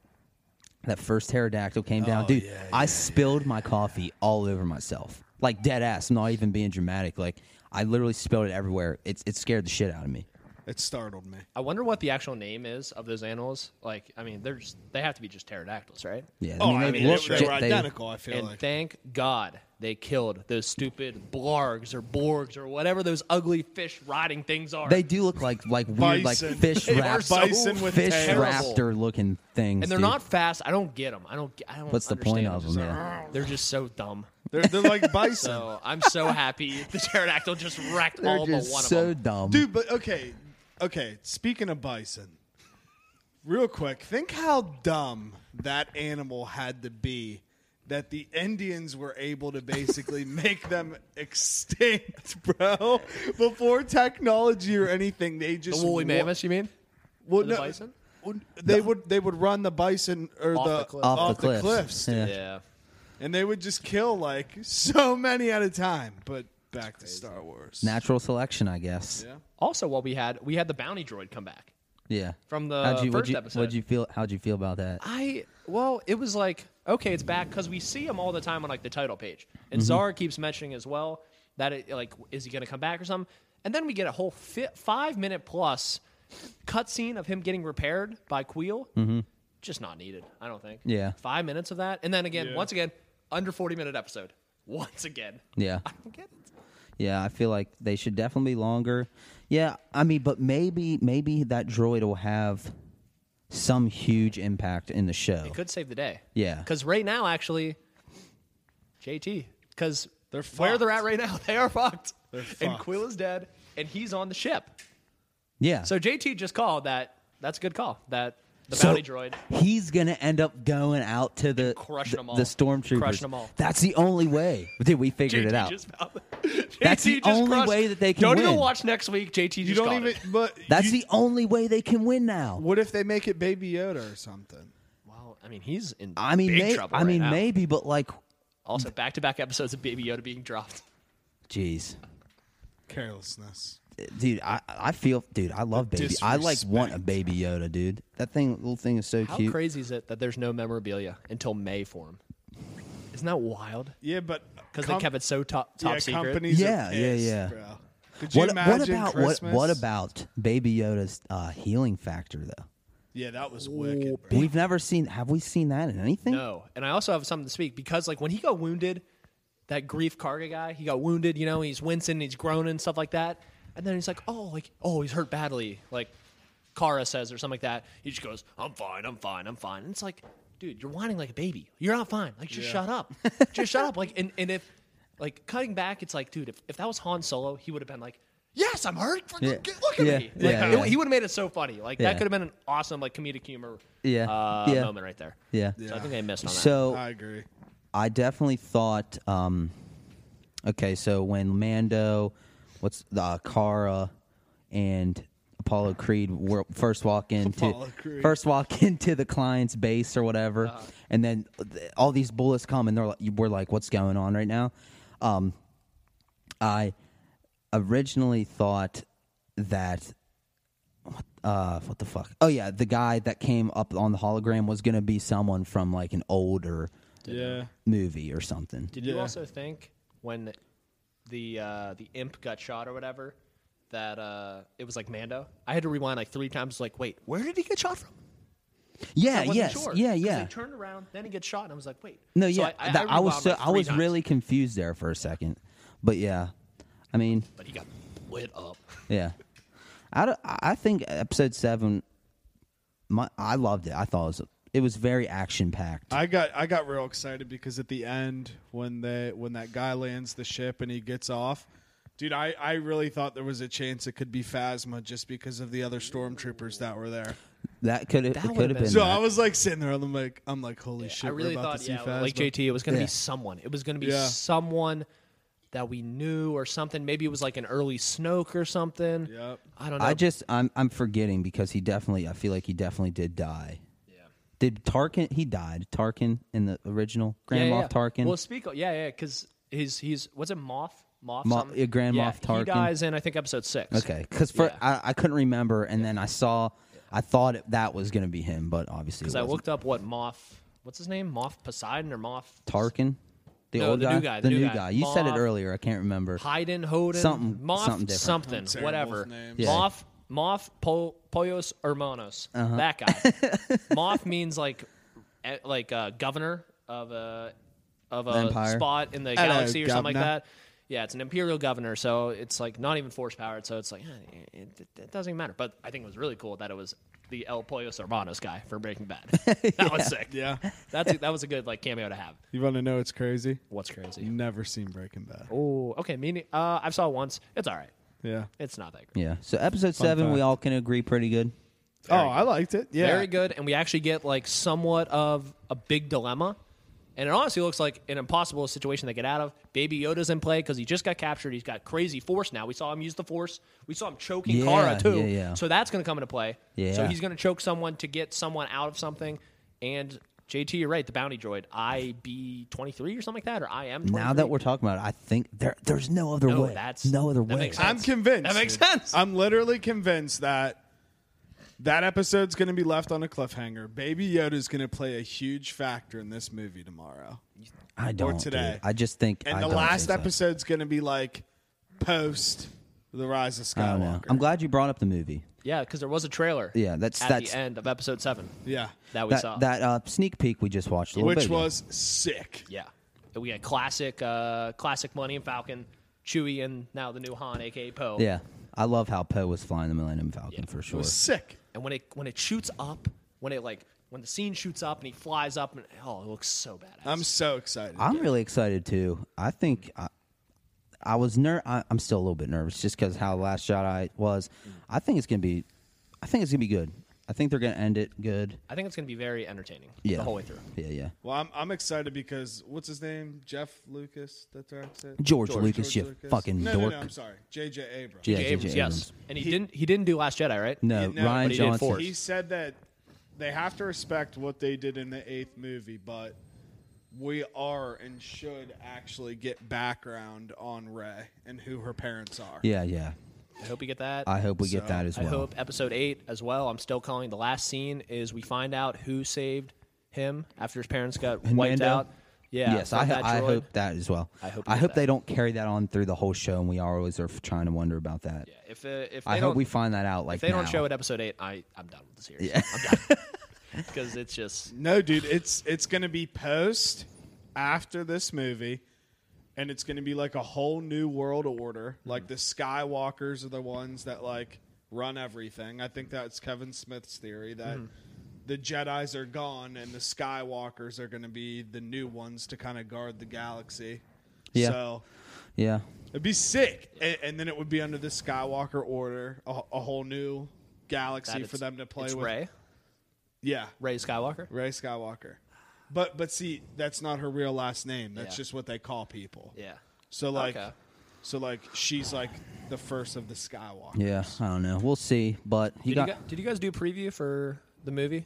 Speaker 3: that first pterodactyl came
Speaker 1: Oh,
Speaker 3: down, dude. I spilled my coffee all over myself, like dead ass. Not even being dramatic, like I literally spilled it everywhere. It it scared the shit out of me.
Speaker 5: it startled me.
Speaker 1: I wonder what the actual name is of those animals. Like, I mean, they're just, they have to be just pterodactyls, right?
Speaker 3: Yeah.
Speaker 5: Oh, I mean,
Speaker 1: they
Speaker 5: they,
Speaker 1: looked
Speaker 5: they
Speaker 1: straight-
Speaker 5: were identical. I feel
Speaker 1: and
Speaker 5: like
Speaker 1: thank God they killed those stupid blargs or borgs or whatever those ugly fish rotting things are.
Speaker 3: They do look like like weird like
Speaker 5: Bison.
Speaker 3: fish
Speaker 1: They are
Speaker 3: raptor
Speaker 1: so
Speaker 5: Bison with
Speaker 3: fish
Speaker 5: tails.
Speaker 3: raptor looking things,
Speaker 1: and they're
Speaker 3: dude.
Speaker 1: not fast. I don't get them. I don't. I don't.
Speaker 3: What's the point
Speaker 1: understand. It's
Speaker 3: of them?
Speaker 1: just
Speaker 3: Yeah.
Speaker 1: like, They're just so dumb.
Speaker 5: they're, they're like bison.
Speaker 1: So I'm so happy the pterodactyl just wrecked
Speaker 3: They're
Speaker 1: all but
Speaker 3: just
Speaker 1: one
Speaker 3: so
Speaker 1: of them.
Speaker 3: dumb,
Speaker 5: Dude, but okay, okay. Speaking of bison, real quick, think how dumb that animal had to be that the Indians were able to basically make them extinct, bro. Before technology or anything, they
Speaker 1: The
Speaker 5: just
Speaker 1: woolly
Speaker 5: wa-
Speaker 1: mammoths, you mean?
Speaker 5: well,
Speaker 1: Or the
Speaker 5: no,
Speaker 1: bison?
Speaker 5: well, They would they would run the bison or
Speaker 1: Off
Speaker 5: the,
Speaker 1: the cliff.
Speaker 3: off,
Speaker 5: off
Speaker 3: the cliffs.
Speaker 5: dude.
Speaker 3: Yeah.
Speaker 1: Yeah.
Speaker 5: and they would just kill like so many at a time. But back to Star Wars.
Speaker 3: Natural selection, I guess.
Speaker 5: Yeah.
Speaker 1: Also, what we had, we had the bounty droid come back.
Speaker 3: Yeah.
Speaker 1: From the
Speaker 3: How'd you,
Speaker 1: first
Speaker 3: what'd you,
Speaker 1: episode.
Speaker 3: What'd you feel? How'd you feel about that?
Speaker 1: I well, it was like okay, it's back because we see him all the time on like the title page,
Speaker 3: Mm-hmm.
Speaker 1: and Zara keeps mentioning as well that it like is he going to come back or something, and then we get a whole fi- five minute plus cutscene of him getting repaired by Queel. Just not needed, I don't think.
Speaker 3: Mm-hmm. Yeah.
Speaker 1: five minutes of that, and then again, once again, under forty minute episode. Once again,
Speaker 3: Yeah.
Speaker 1: I don't get it.
Speaker 3: Yeah, I feel like they should definitely be longer. Yeah, I mean, but maybe maybe that droid will have some huge impact in the show.
Speaker 1: It could save the day.
Speaker 3: Yeah.
Speaker 1: because right now, actually, JT, because
Speaker 5: They're
Speaker 1: where they're
Speaker 5: fucked.
Speaker 1: at right now, they are fucked. And
Speaker 5: fucked.
Speaker 1: Quill is dead, and he's on the ship.
Speaker 3: yeah.
Speaker 1: So JT just called that. That's a good call. That the
Speaker 3: So
Speaker 1: bounty droid.
Speaker 3: He's gonna end up going out to the
Speaker 1: crushing
Speaker 3: the,
Speaker 1: 'em all.
Speaker 3: the stormtroopers.
Speaker 1: Crushing 'em all.
Speaker 3: That's the only way. Dude, we figured
Speaker 1: JT
Speaker 3: it out.
Speaker 1: just found it. JT
Speaker 3: That's the
Speaker 1: just
Speaker 3: only
Speaker 1: crushed-
Speaker 3: way that they can
Speaker 1: Don't even
Speaker 3: win.
Speaker 1: watch next week. JT just
Speaker 5: You don't even. But
Speaker 3: That's
Speaker 5: you-
Speaker 3: the only way they can win now.
Speaker 5: What if they make it Baby Yoda or something?
Speaker 1: Well, I mean, he's in.
Speaker 3: I mean,
Speaker 1: big
Speaker 3: may-
Speaker 1: trouble
Speaker 3: I
Speaker 1: right
Speaker 3: mean,
Speaker 1: now.
Speaker 3: maybe, but like,
Speaker 1: Also, back-to-back episodes of Baby Yoda being dropped.
Speaker 3: jeez,
Speaker 5: Carelessness.
Speaker 3: dude, I, I feel, dude, I love baby. I like want a
Speaker 5: disrespect.
Speaker 3: baby Yoda, dude. That thing, little thing, is so
Speaker 1: How
Speaker 3: cute.
Speaker 1: crazy is it that there's no memorabilia until May for him? Isn't that wild?
Speaker 5: Yeah, but
Speaker 1: Because they kept it so top top
Speaker 5: yeah,
Speaker 1: secret.
Speaker 5: Companies are
Speaker 3: Yeah, yeah,
Speaker 5: pissed,
Speaker 3: yeah.
Speaker 5: Bro. Could you
Speaker 3: What, what
Speaker 5: imagine
Speaker 3: about what,
Speaker 5: Christmas?
Speaker 3: what about Baby Yoda's uh, healing factor though?
Speaker 5: Yeah, that was wicked. Bro.
Speaker 3: We've never seen. Have we seen that in anything?
Speaker 1: No, and I also have something to speak because like when he got wounded, that grief Karga guy, he got wounded. You know, he's wincing, he's groaning, stuff like that. And then he's like, oh, like oh, he's hurt badly, like Kara says or something like that. He just goes, I'm fine, I'm fine, I'm fine. And it's like, dude, you're whining like a baby. You're not fine. Like just shut up, just shut up. Like and and if like cutting back, it's like, dude, if, if that was Han Solo, he would have been like. Yes, I'm hurt. Fucking
Speaker 3: Yeah.
Speaker 1: get- Look at
Speaker 3: Yeah.
Speaker 1: me. Like,
Speaker 3: Yeah,
Speaker 1: it-
Speaker 3: yeah.
Speaker 1: He would have made it so funny. Like
Speaker 3: Yeah.
Speaker 1: that could have been an awesome, like comedic humor,
Speaker 3: Yeah.
Speaker 1: Uh,
Speaker 3: Yeah.
Speaker 1: moment right there.
Speaker 3: Yeah.
Speaker 1: So I think I missed on that.
Speaker 3: So
Speaker 5: I agree.
Speaker 3: I definitely thought. Um, okay, so when Mando, what's the uh, Kara, and Apollo Creed were first walk into
Speaker 5: Apollo Creed. Uh-huh.
Speaker 3: first walk into the client's base or whatever, and then th- all these bullets come and they're like, we're like, what's going on right now? Um, I originally thought that uh what the fuck oh yeah the guy that came up on the hologram was gonna be someone from like an older
Speaker 5: Yeah.
Speaker 3: movie or something
Speaker 1: Did you also think when the uh, the imp got shot or whatever that uh, it was like Mando? I had to rewind like three times. Like, wait, where did he get shot from? I
Speaker 3: yeah
Speaker 1: wasn't
Speaker 3: yes
Speaker 1: sure,
Speaker 3: yeah
Speaker 1: 'cause
Speaker 3: yeah
Speaker 1: They turned around, then he gets shot, and I was like, wait.
Speaker 3: no
Speaker 1: So
Speaker 3: yeah
Speaker 1: I,
Speaker 3: that- was
Speaker 1: rewound,
Speaker 3: so
Speaker 1: like,
Speaker 3: i
Speaker 1: three
Speaker 3: was
Speaker 1: times.
Speaker 3: really confused there for a second but yeah i mean
Speaker 1: But he got lit up.
Speaker 3: Yeah, I, don't- I think episode seven, my I loved it. I thought it was it was very action packed.
Speaker 5: I got I got real excited because at the end when they when that guy lands the ship and he gets off, dude, I I really thought there was a chance it could be Phasma just because of the other stormtroopers that were there.
Speaker 3: That could have it could
Speaker 1: would've
Speaker 3: have been.
Speaker 1: been-
Speaker 5: So
Speaker 3: that.
Speaker 5: I was like sitting there and I'm like I'm like holy shit,
Speaker 1: I really
Speaker 5: we're about
Speaker 1: thought,
Speaker 5: to see
Speaker 1: yeah,
Speaker 5: Phasma.
Speaker 1: like JT, it was going to
Speaker 3: Yeah.
Speaker 1: be someone. It was going to be
Speaker 5: Yeah.
Speaker 1: someone that we knew or something. Maybe it was like an early Snoke or something.
Speaker 5: Yep.
Speaker 1: I don't know.
Speaker 3: I just I'm I'm forgetting because he definitely I feel like he definitely did die. Did Tarkin? He died. Tarkin in the original
Speaker 1: Yeah,
Speaker 3: Grand
Speaker 1: yeah,
Speaker 3: Moff
Speaker 1: yeah.
Speaker 3: Tarkin.
Speaker 1: Well, speak. Of, yeah, yeah, because he's he's what's it, Moth, Moth,
Speaker 3: Mo-
Speaker 1: something?
Speaker 3: yeah, Grand
Speaker 1: yeah,
Speaker 3: Moff Tarkin.
Speaker 1: He dies in I think episode six.
Speaker 3: okay, because for
Speaker 1: Yeah.
Speaker 3: I, I couldn't remember, and then I saw I thought it, that was going to be him, but obviously it
Speaker 1: Because I
Speaker 3: wasn't.
Speaker 1: looked up what Moth, what's his name, Moth Poseidon or Moth
Speaker 3: Tarkin, the
Speaker 1: No,
Speaker 3: old
Speaker 1: the
Speaker 3: guy,
Speaker 1: new guy, the new guy.
Speaker 3: You said it
Speaker 1: Moff-
Speaker 3: earlier. I can't remember.
Speaker 1: Hayden Hoden,
Speaker 3: Something-
Speaker 1: Moth,
Speaker 3: something different.
Speaker 1: something,
Speaker 5: terrible
Speaker 1: whatever.
Speaker 5: with names.
Speaker 3: Yeah.
Speaker 1: Moth, Moth, po, Poyos Hermanos,
Speaker 3: Uh-huh.
Speaker 1: that guy. Moth means like, eh, like uh, governor of a of a
Speaker 3: Empire.
Speaker 1: spot in the
Speaker 5: Hello,
Speaker 1: galaxy or something like
Speaker 5: governor.
Speaker 1: that. Yeah, it's an imperial governor, so it's like not even force powered, so it's like eh, it, it, it doesn't even matter. But I think it was really cool that it was the El Poyos Hermanos guy for Breaking Bad. That was sick.
Speaker 5: yeah.
Speaker 1: That's a, that was a good like cameo to have.
Speaker 5: You want to know it's crazy?
Speaker 1: What's crazy?
Speaker 5: Never seen Breaking Bad.
Speaker 1: Oh, okay. Meaning, uh, I saw it once. It's all right.
Speaker 5: Yeah.
Speaker 1: It's not that great.
Speaker 3: Yeah. So episode seven, we
Speaker 5: fact.
Speaker 3: all can agree pretty good.
Speaker 5: Oh, I liked it. Yeah.
Speaker 1: Very good, and we actually get like somewhat of a big dilemma, and it honestly looks like an impossible situation to get out of. Baby Yoda's in play because he just got captured. He's got crazy force now. We saw him use the force. We saw him choking
Speaker 3: Yeah,
Speaker 1: Kara too.
Speaker 3: yeah, yeah.
Speaker 1: So that's going to come into play. So
Speaker 3: Yeah.
Speaker 1: he's going to choke someone to get someone out of something. And JT, you're right. The bounty droid IB twenty three or something like that, or IM. 23.
Speaker 3: Now that we're talking about it, I think there there's no other
Speaker 1: No,
Speaker 3: way.
Speaker 1: that's-
Speaker 3: no other
Speaker 1: that
Speaker 3: way.
Speaker 1: makes sense.
Speaker 5: I'm convinced.
Speaker 1: That makes sense.
Speaker 5: I'm literally convinced that that episode's going to be left on a cliffhanger. Baby Yoda's going to play a huge factor in this movie tomorrow.
Speaker 3: I don't.
Speaker 5: today.
Speaker 3: dude. I just think.
Speaker 5: And
Speaker 3: I
Speaker 5: the
Speaker 3: don't
Speaker 5: last
Speaker 3: think so.
Speaker 5: episode's going to be like post The Rise of
Speaker 3: I don't know.
Speaker 5: Skywalker.
Speaker 3: I'm glad you brought up the movie.
Speaker 1: yeah, because there was a trailer.
Speaker 3: Yeah, that's-
Speaker 1: at
Speaker 3: that's-
Speaker 1: the end of episode seven
Speaker 5: Yeah.
Speaker 1: that we saw.
Speaker 3: That that uh, sneak peek we just watched a little
Speaker 5: Which
Speaker 3: bit ago.
Speaker 5: was sick.
Speaker 1: Yeah. And We had classic, uh, classic Money and Falcon, Chewie, and now the new Han, aka Poe.
Speaker 3: Yeah, I love how Poe was flying the Millennium Falcon for
Speaker 5: It
Speaker 3: sure.
Speaker 5: was sick.
Speaker 1: And when it when it shoots up, when it like when the scene shoots up and he flies up and oh, it looks so badass.
Speaker 5: I'm so excited.
Speaker 3: I'm really excited too. I think I, I was ner. I, I'm still a little bit nervous just because how Last Jedi was.
Speaker 1: Mm.
Speaker 3: I think it's gonna be. I think it's gonna be good. I think they're gonna end it good.
Speaker 1: I think it's going to be very entertaining
Speaker 3: Yeah,
Speaker 1: the whole way through.
Speaker 3: Yeah, yeah.
Speaker 5: well, I'm, I'm excited because what's his name? Jeff Lucas that directs it?
Speaker 3: George Lucas, you fucking
Speaker 5: no, No,
Speaker 3: dork.
Speaker 5: no, I'm sorry. J.J. Abrams.
Speaker 3: Yeah,
Speaker 1: J.
Speaker 3: J.J.
Speaker 1: Abrams, yes,
Speaker 3: Abrams.
Speaker 1: and he, didn't he didn't do Last Jedi, right?
Speaker 3: No,
Speaker 5: Yeah, no,
Speaker 3: uh, Ryan
Speaker 5: but he
Speaker 1: did
Speaker 3: Johnson.
Speaker 1: Force.
Speaker 5: He said that they have to respect what they did in the eighth movie, but we are and should actually get background on Rey and who her parents are.
Speaker 3: Yeah, yeah.
Speaker 1: I hope you get that.
Speaker 3: I hope we get
Speaker 5: So,
Speaker 3: that as well.
Speaker 1: I hope episode eight as well. I'm still calling the last scene is we find out who saved him after his parents got
Speaker 3: And
Speaker 1: wiped
Speaker 3: Mando?
Speaker 1: out. Yeah.
Speaker 3: yes,
Speaker 1: from
Speaker 3: I, ho-
Speaker 1: that
Speaker 3: I
Speaker 1: droid.
Speaker 3: hope that as well.
Speaker 1: I hope you
Speaker 3: I
Speaker 1: get
Speaker 3: hope
Speaker 1: that.
Speaker 3: they don't carry that on through the whole show, and we are always are f- trying to wonder about that.
Speaker 1: Yeah, if uh, if they
Speaker 3: I
Speaker 1: don't,
Speaker 3: hope we find that out. Like
Speaker 1: If they don't
Speaker 3: now.
Speaker 1: show it episode eight, I I'm done with the series. because it's just
Speaker 5: No, dude, it's it's gonna be post after this movie, and it's gonna be like a whole new world order. Like the Skywalkers are the ones that like run everything. I think that's Kevin Smith's theory that
Speaker 1: Mm-hmm.
Speaker 5: the Jedi's are gone and the Skywalkers are gonna be the new ones to kind of guard the galaxy.
Speaker 3: Yeah.
Speaker 5: So
Speaker 3: Yeah,
Speaker 5: it'd be sick, and, and then it would be under the Skywalker order, a, a whole new galaxy
Speaker 1: it's-
Speaker 5: for them to play
Speaker 1: it's
Speaker 5: with.
Speaker 1: Ray,
Speaker 5: Yeah.
Speaker 1: Ray Skywalker.
Speaker 5: Ray Skywalker. But but see, that's not her real last name. That's
Speaker 1: Yeah.
Speaker 5: just what they call people.
Speaker 1: Yeah,
Speaker 5: So like
Speaker 1: Okay.
Speaker 5: so like she's like the first of the Skywalker.
Speaker 3: yeah. I don't know. We'll see. But
Speaker 1: did
Speaker 3: you got
Speaker 1: you guys, did you guys do preview for the movie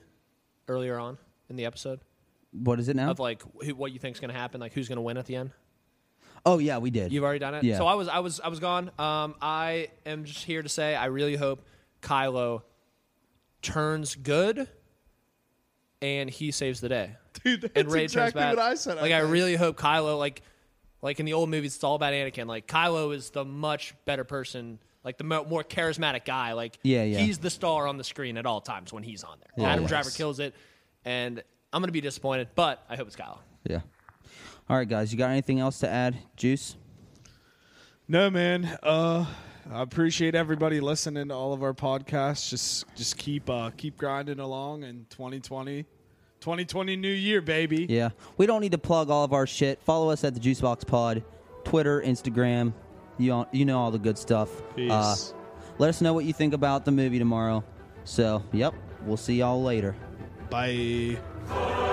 Speaker 1: earlier on in the episode
Speaker 3: what is it now?
Speaker 1: of like who, what you think's going to happen, like who's going to win at the end?
Speaker 3: oh yeah, we did.
Speaker 1: You've already done it.
Speaker 3: Yeah.
Speaker 1: So I was I was I was gone. Um, I am just here to say I really hope Kylo turns good and he saves the day.
Speaker 5: Dude, that's
Speaker 1: and Ray
Speaker 5: exactly
Speaker 1: turns bad.
Speaker 5: what I said.
Speaker 1: Like I,
Speaker 5: think.
Speaker 1: really hope Kylo like like in the old movies it's all about Anakin. Like Kylo is the much better person, like the mo- more charismatic guy. Like
Speaker 3: Yeah, yeah.
Speaker 1: he's the star on the screen at all times when he's on there.
Speaker 3: Yeah,
Speaker 1: Adam
Speaker 3: yeah.
Speaker 1: Driver kills it and I'm going to be disappointed, but I hope it's Kylo.
Speaker 3: Yeah. All right, guys. You got anything else to add, Juice?
Speaker 5: No man. Uh I appreciate everybody listening to all of our podcasts. Just just keep uh, keep grinding along in 2020. 2020 new year, baby.
Speaker 3: Yeah. We don't need to plug all of our shit. Follow us at the Juicebox Pod, Twitter, Instagram. You all, you know all the good stuff. Uh,
Speaker 5: Peace.
Speaker 3: let us know what you think about the movie tomorrow. So, yep, we'll see y'all later.
Speaker 5: Bye.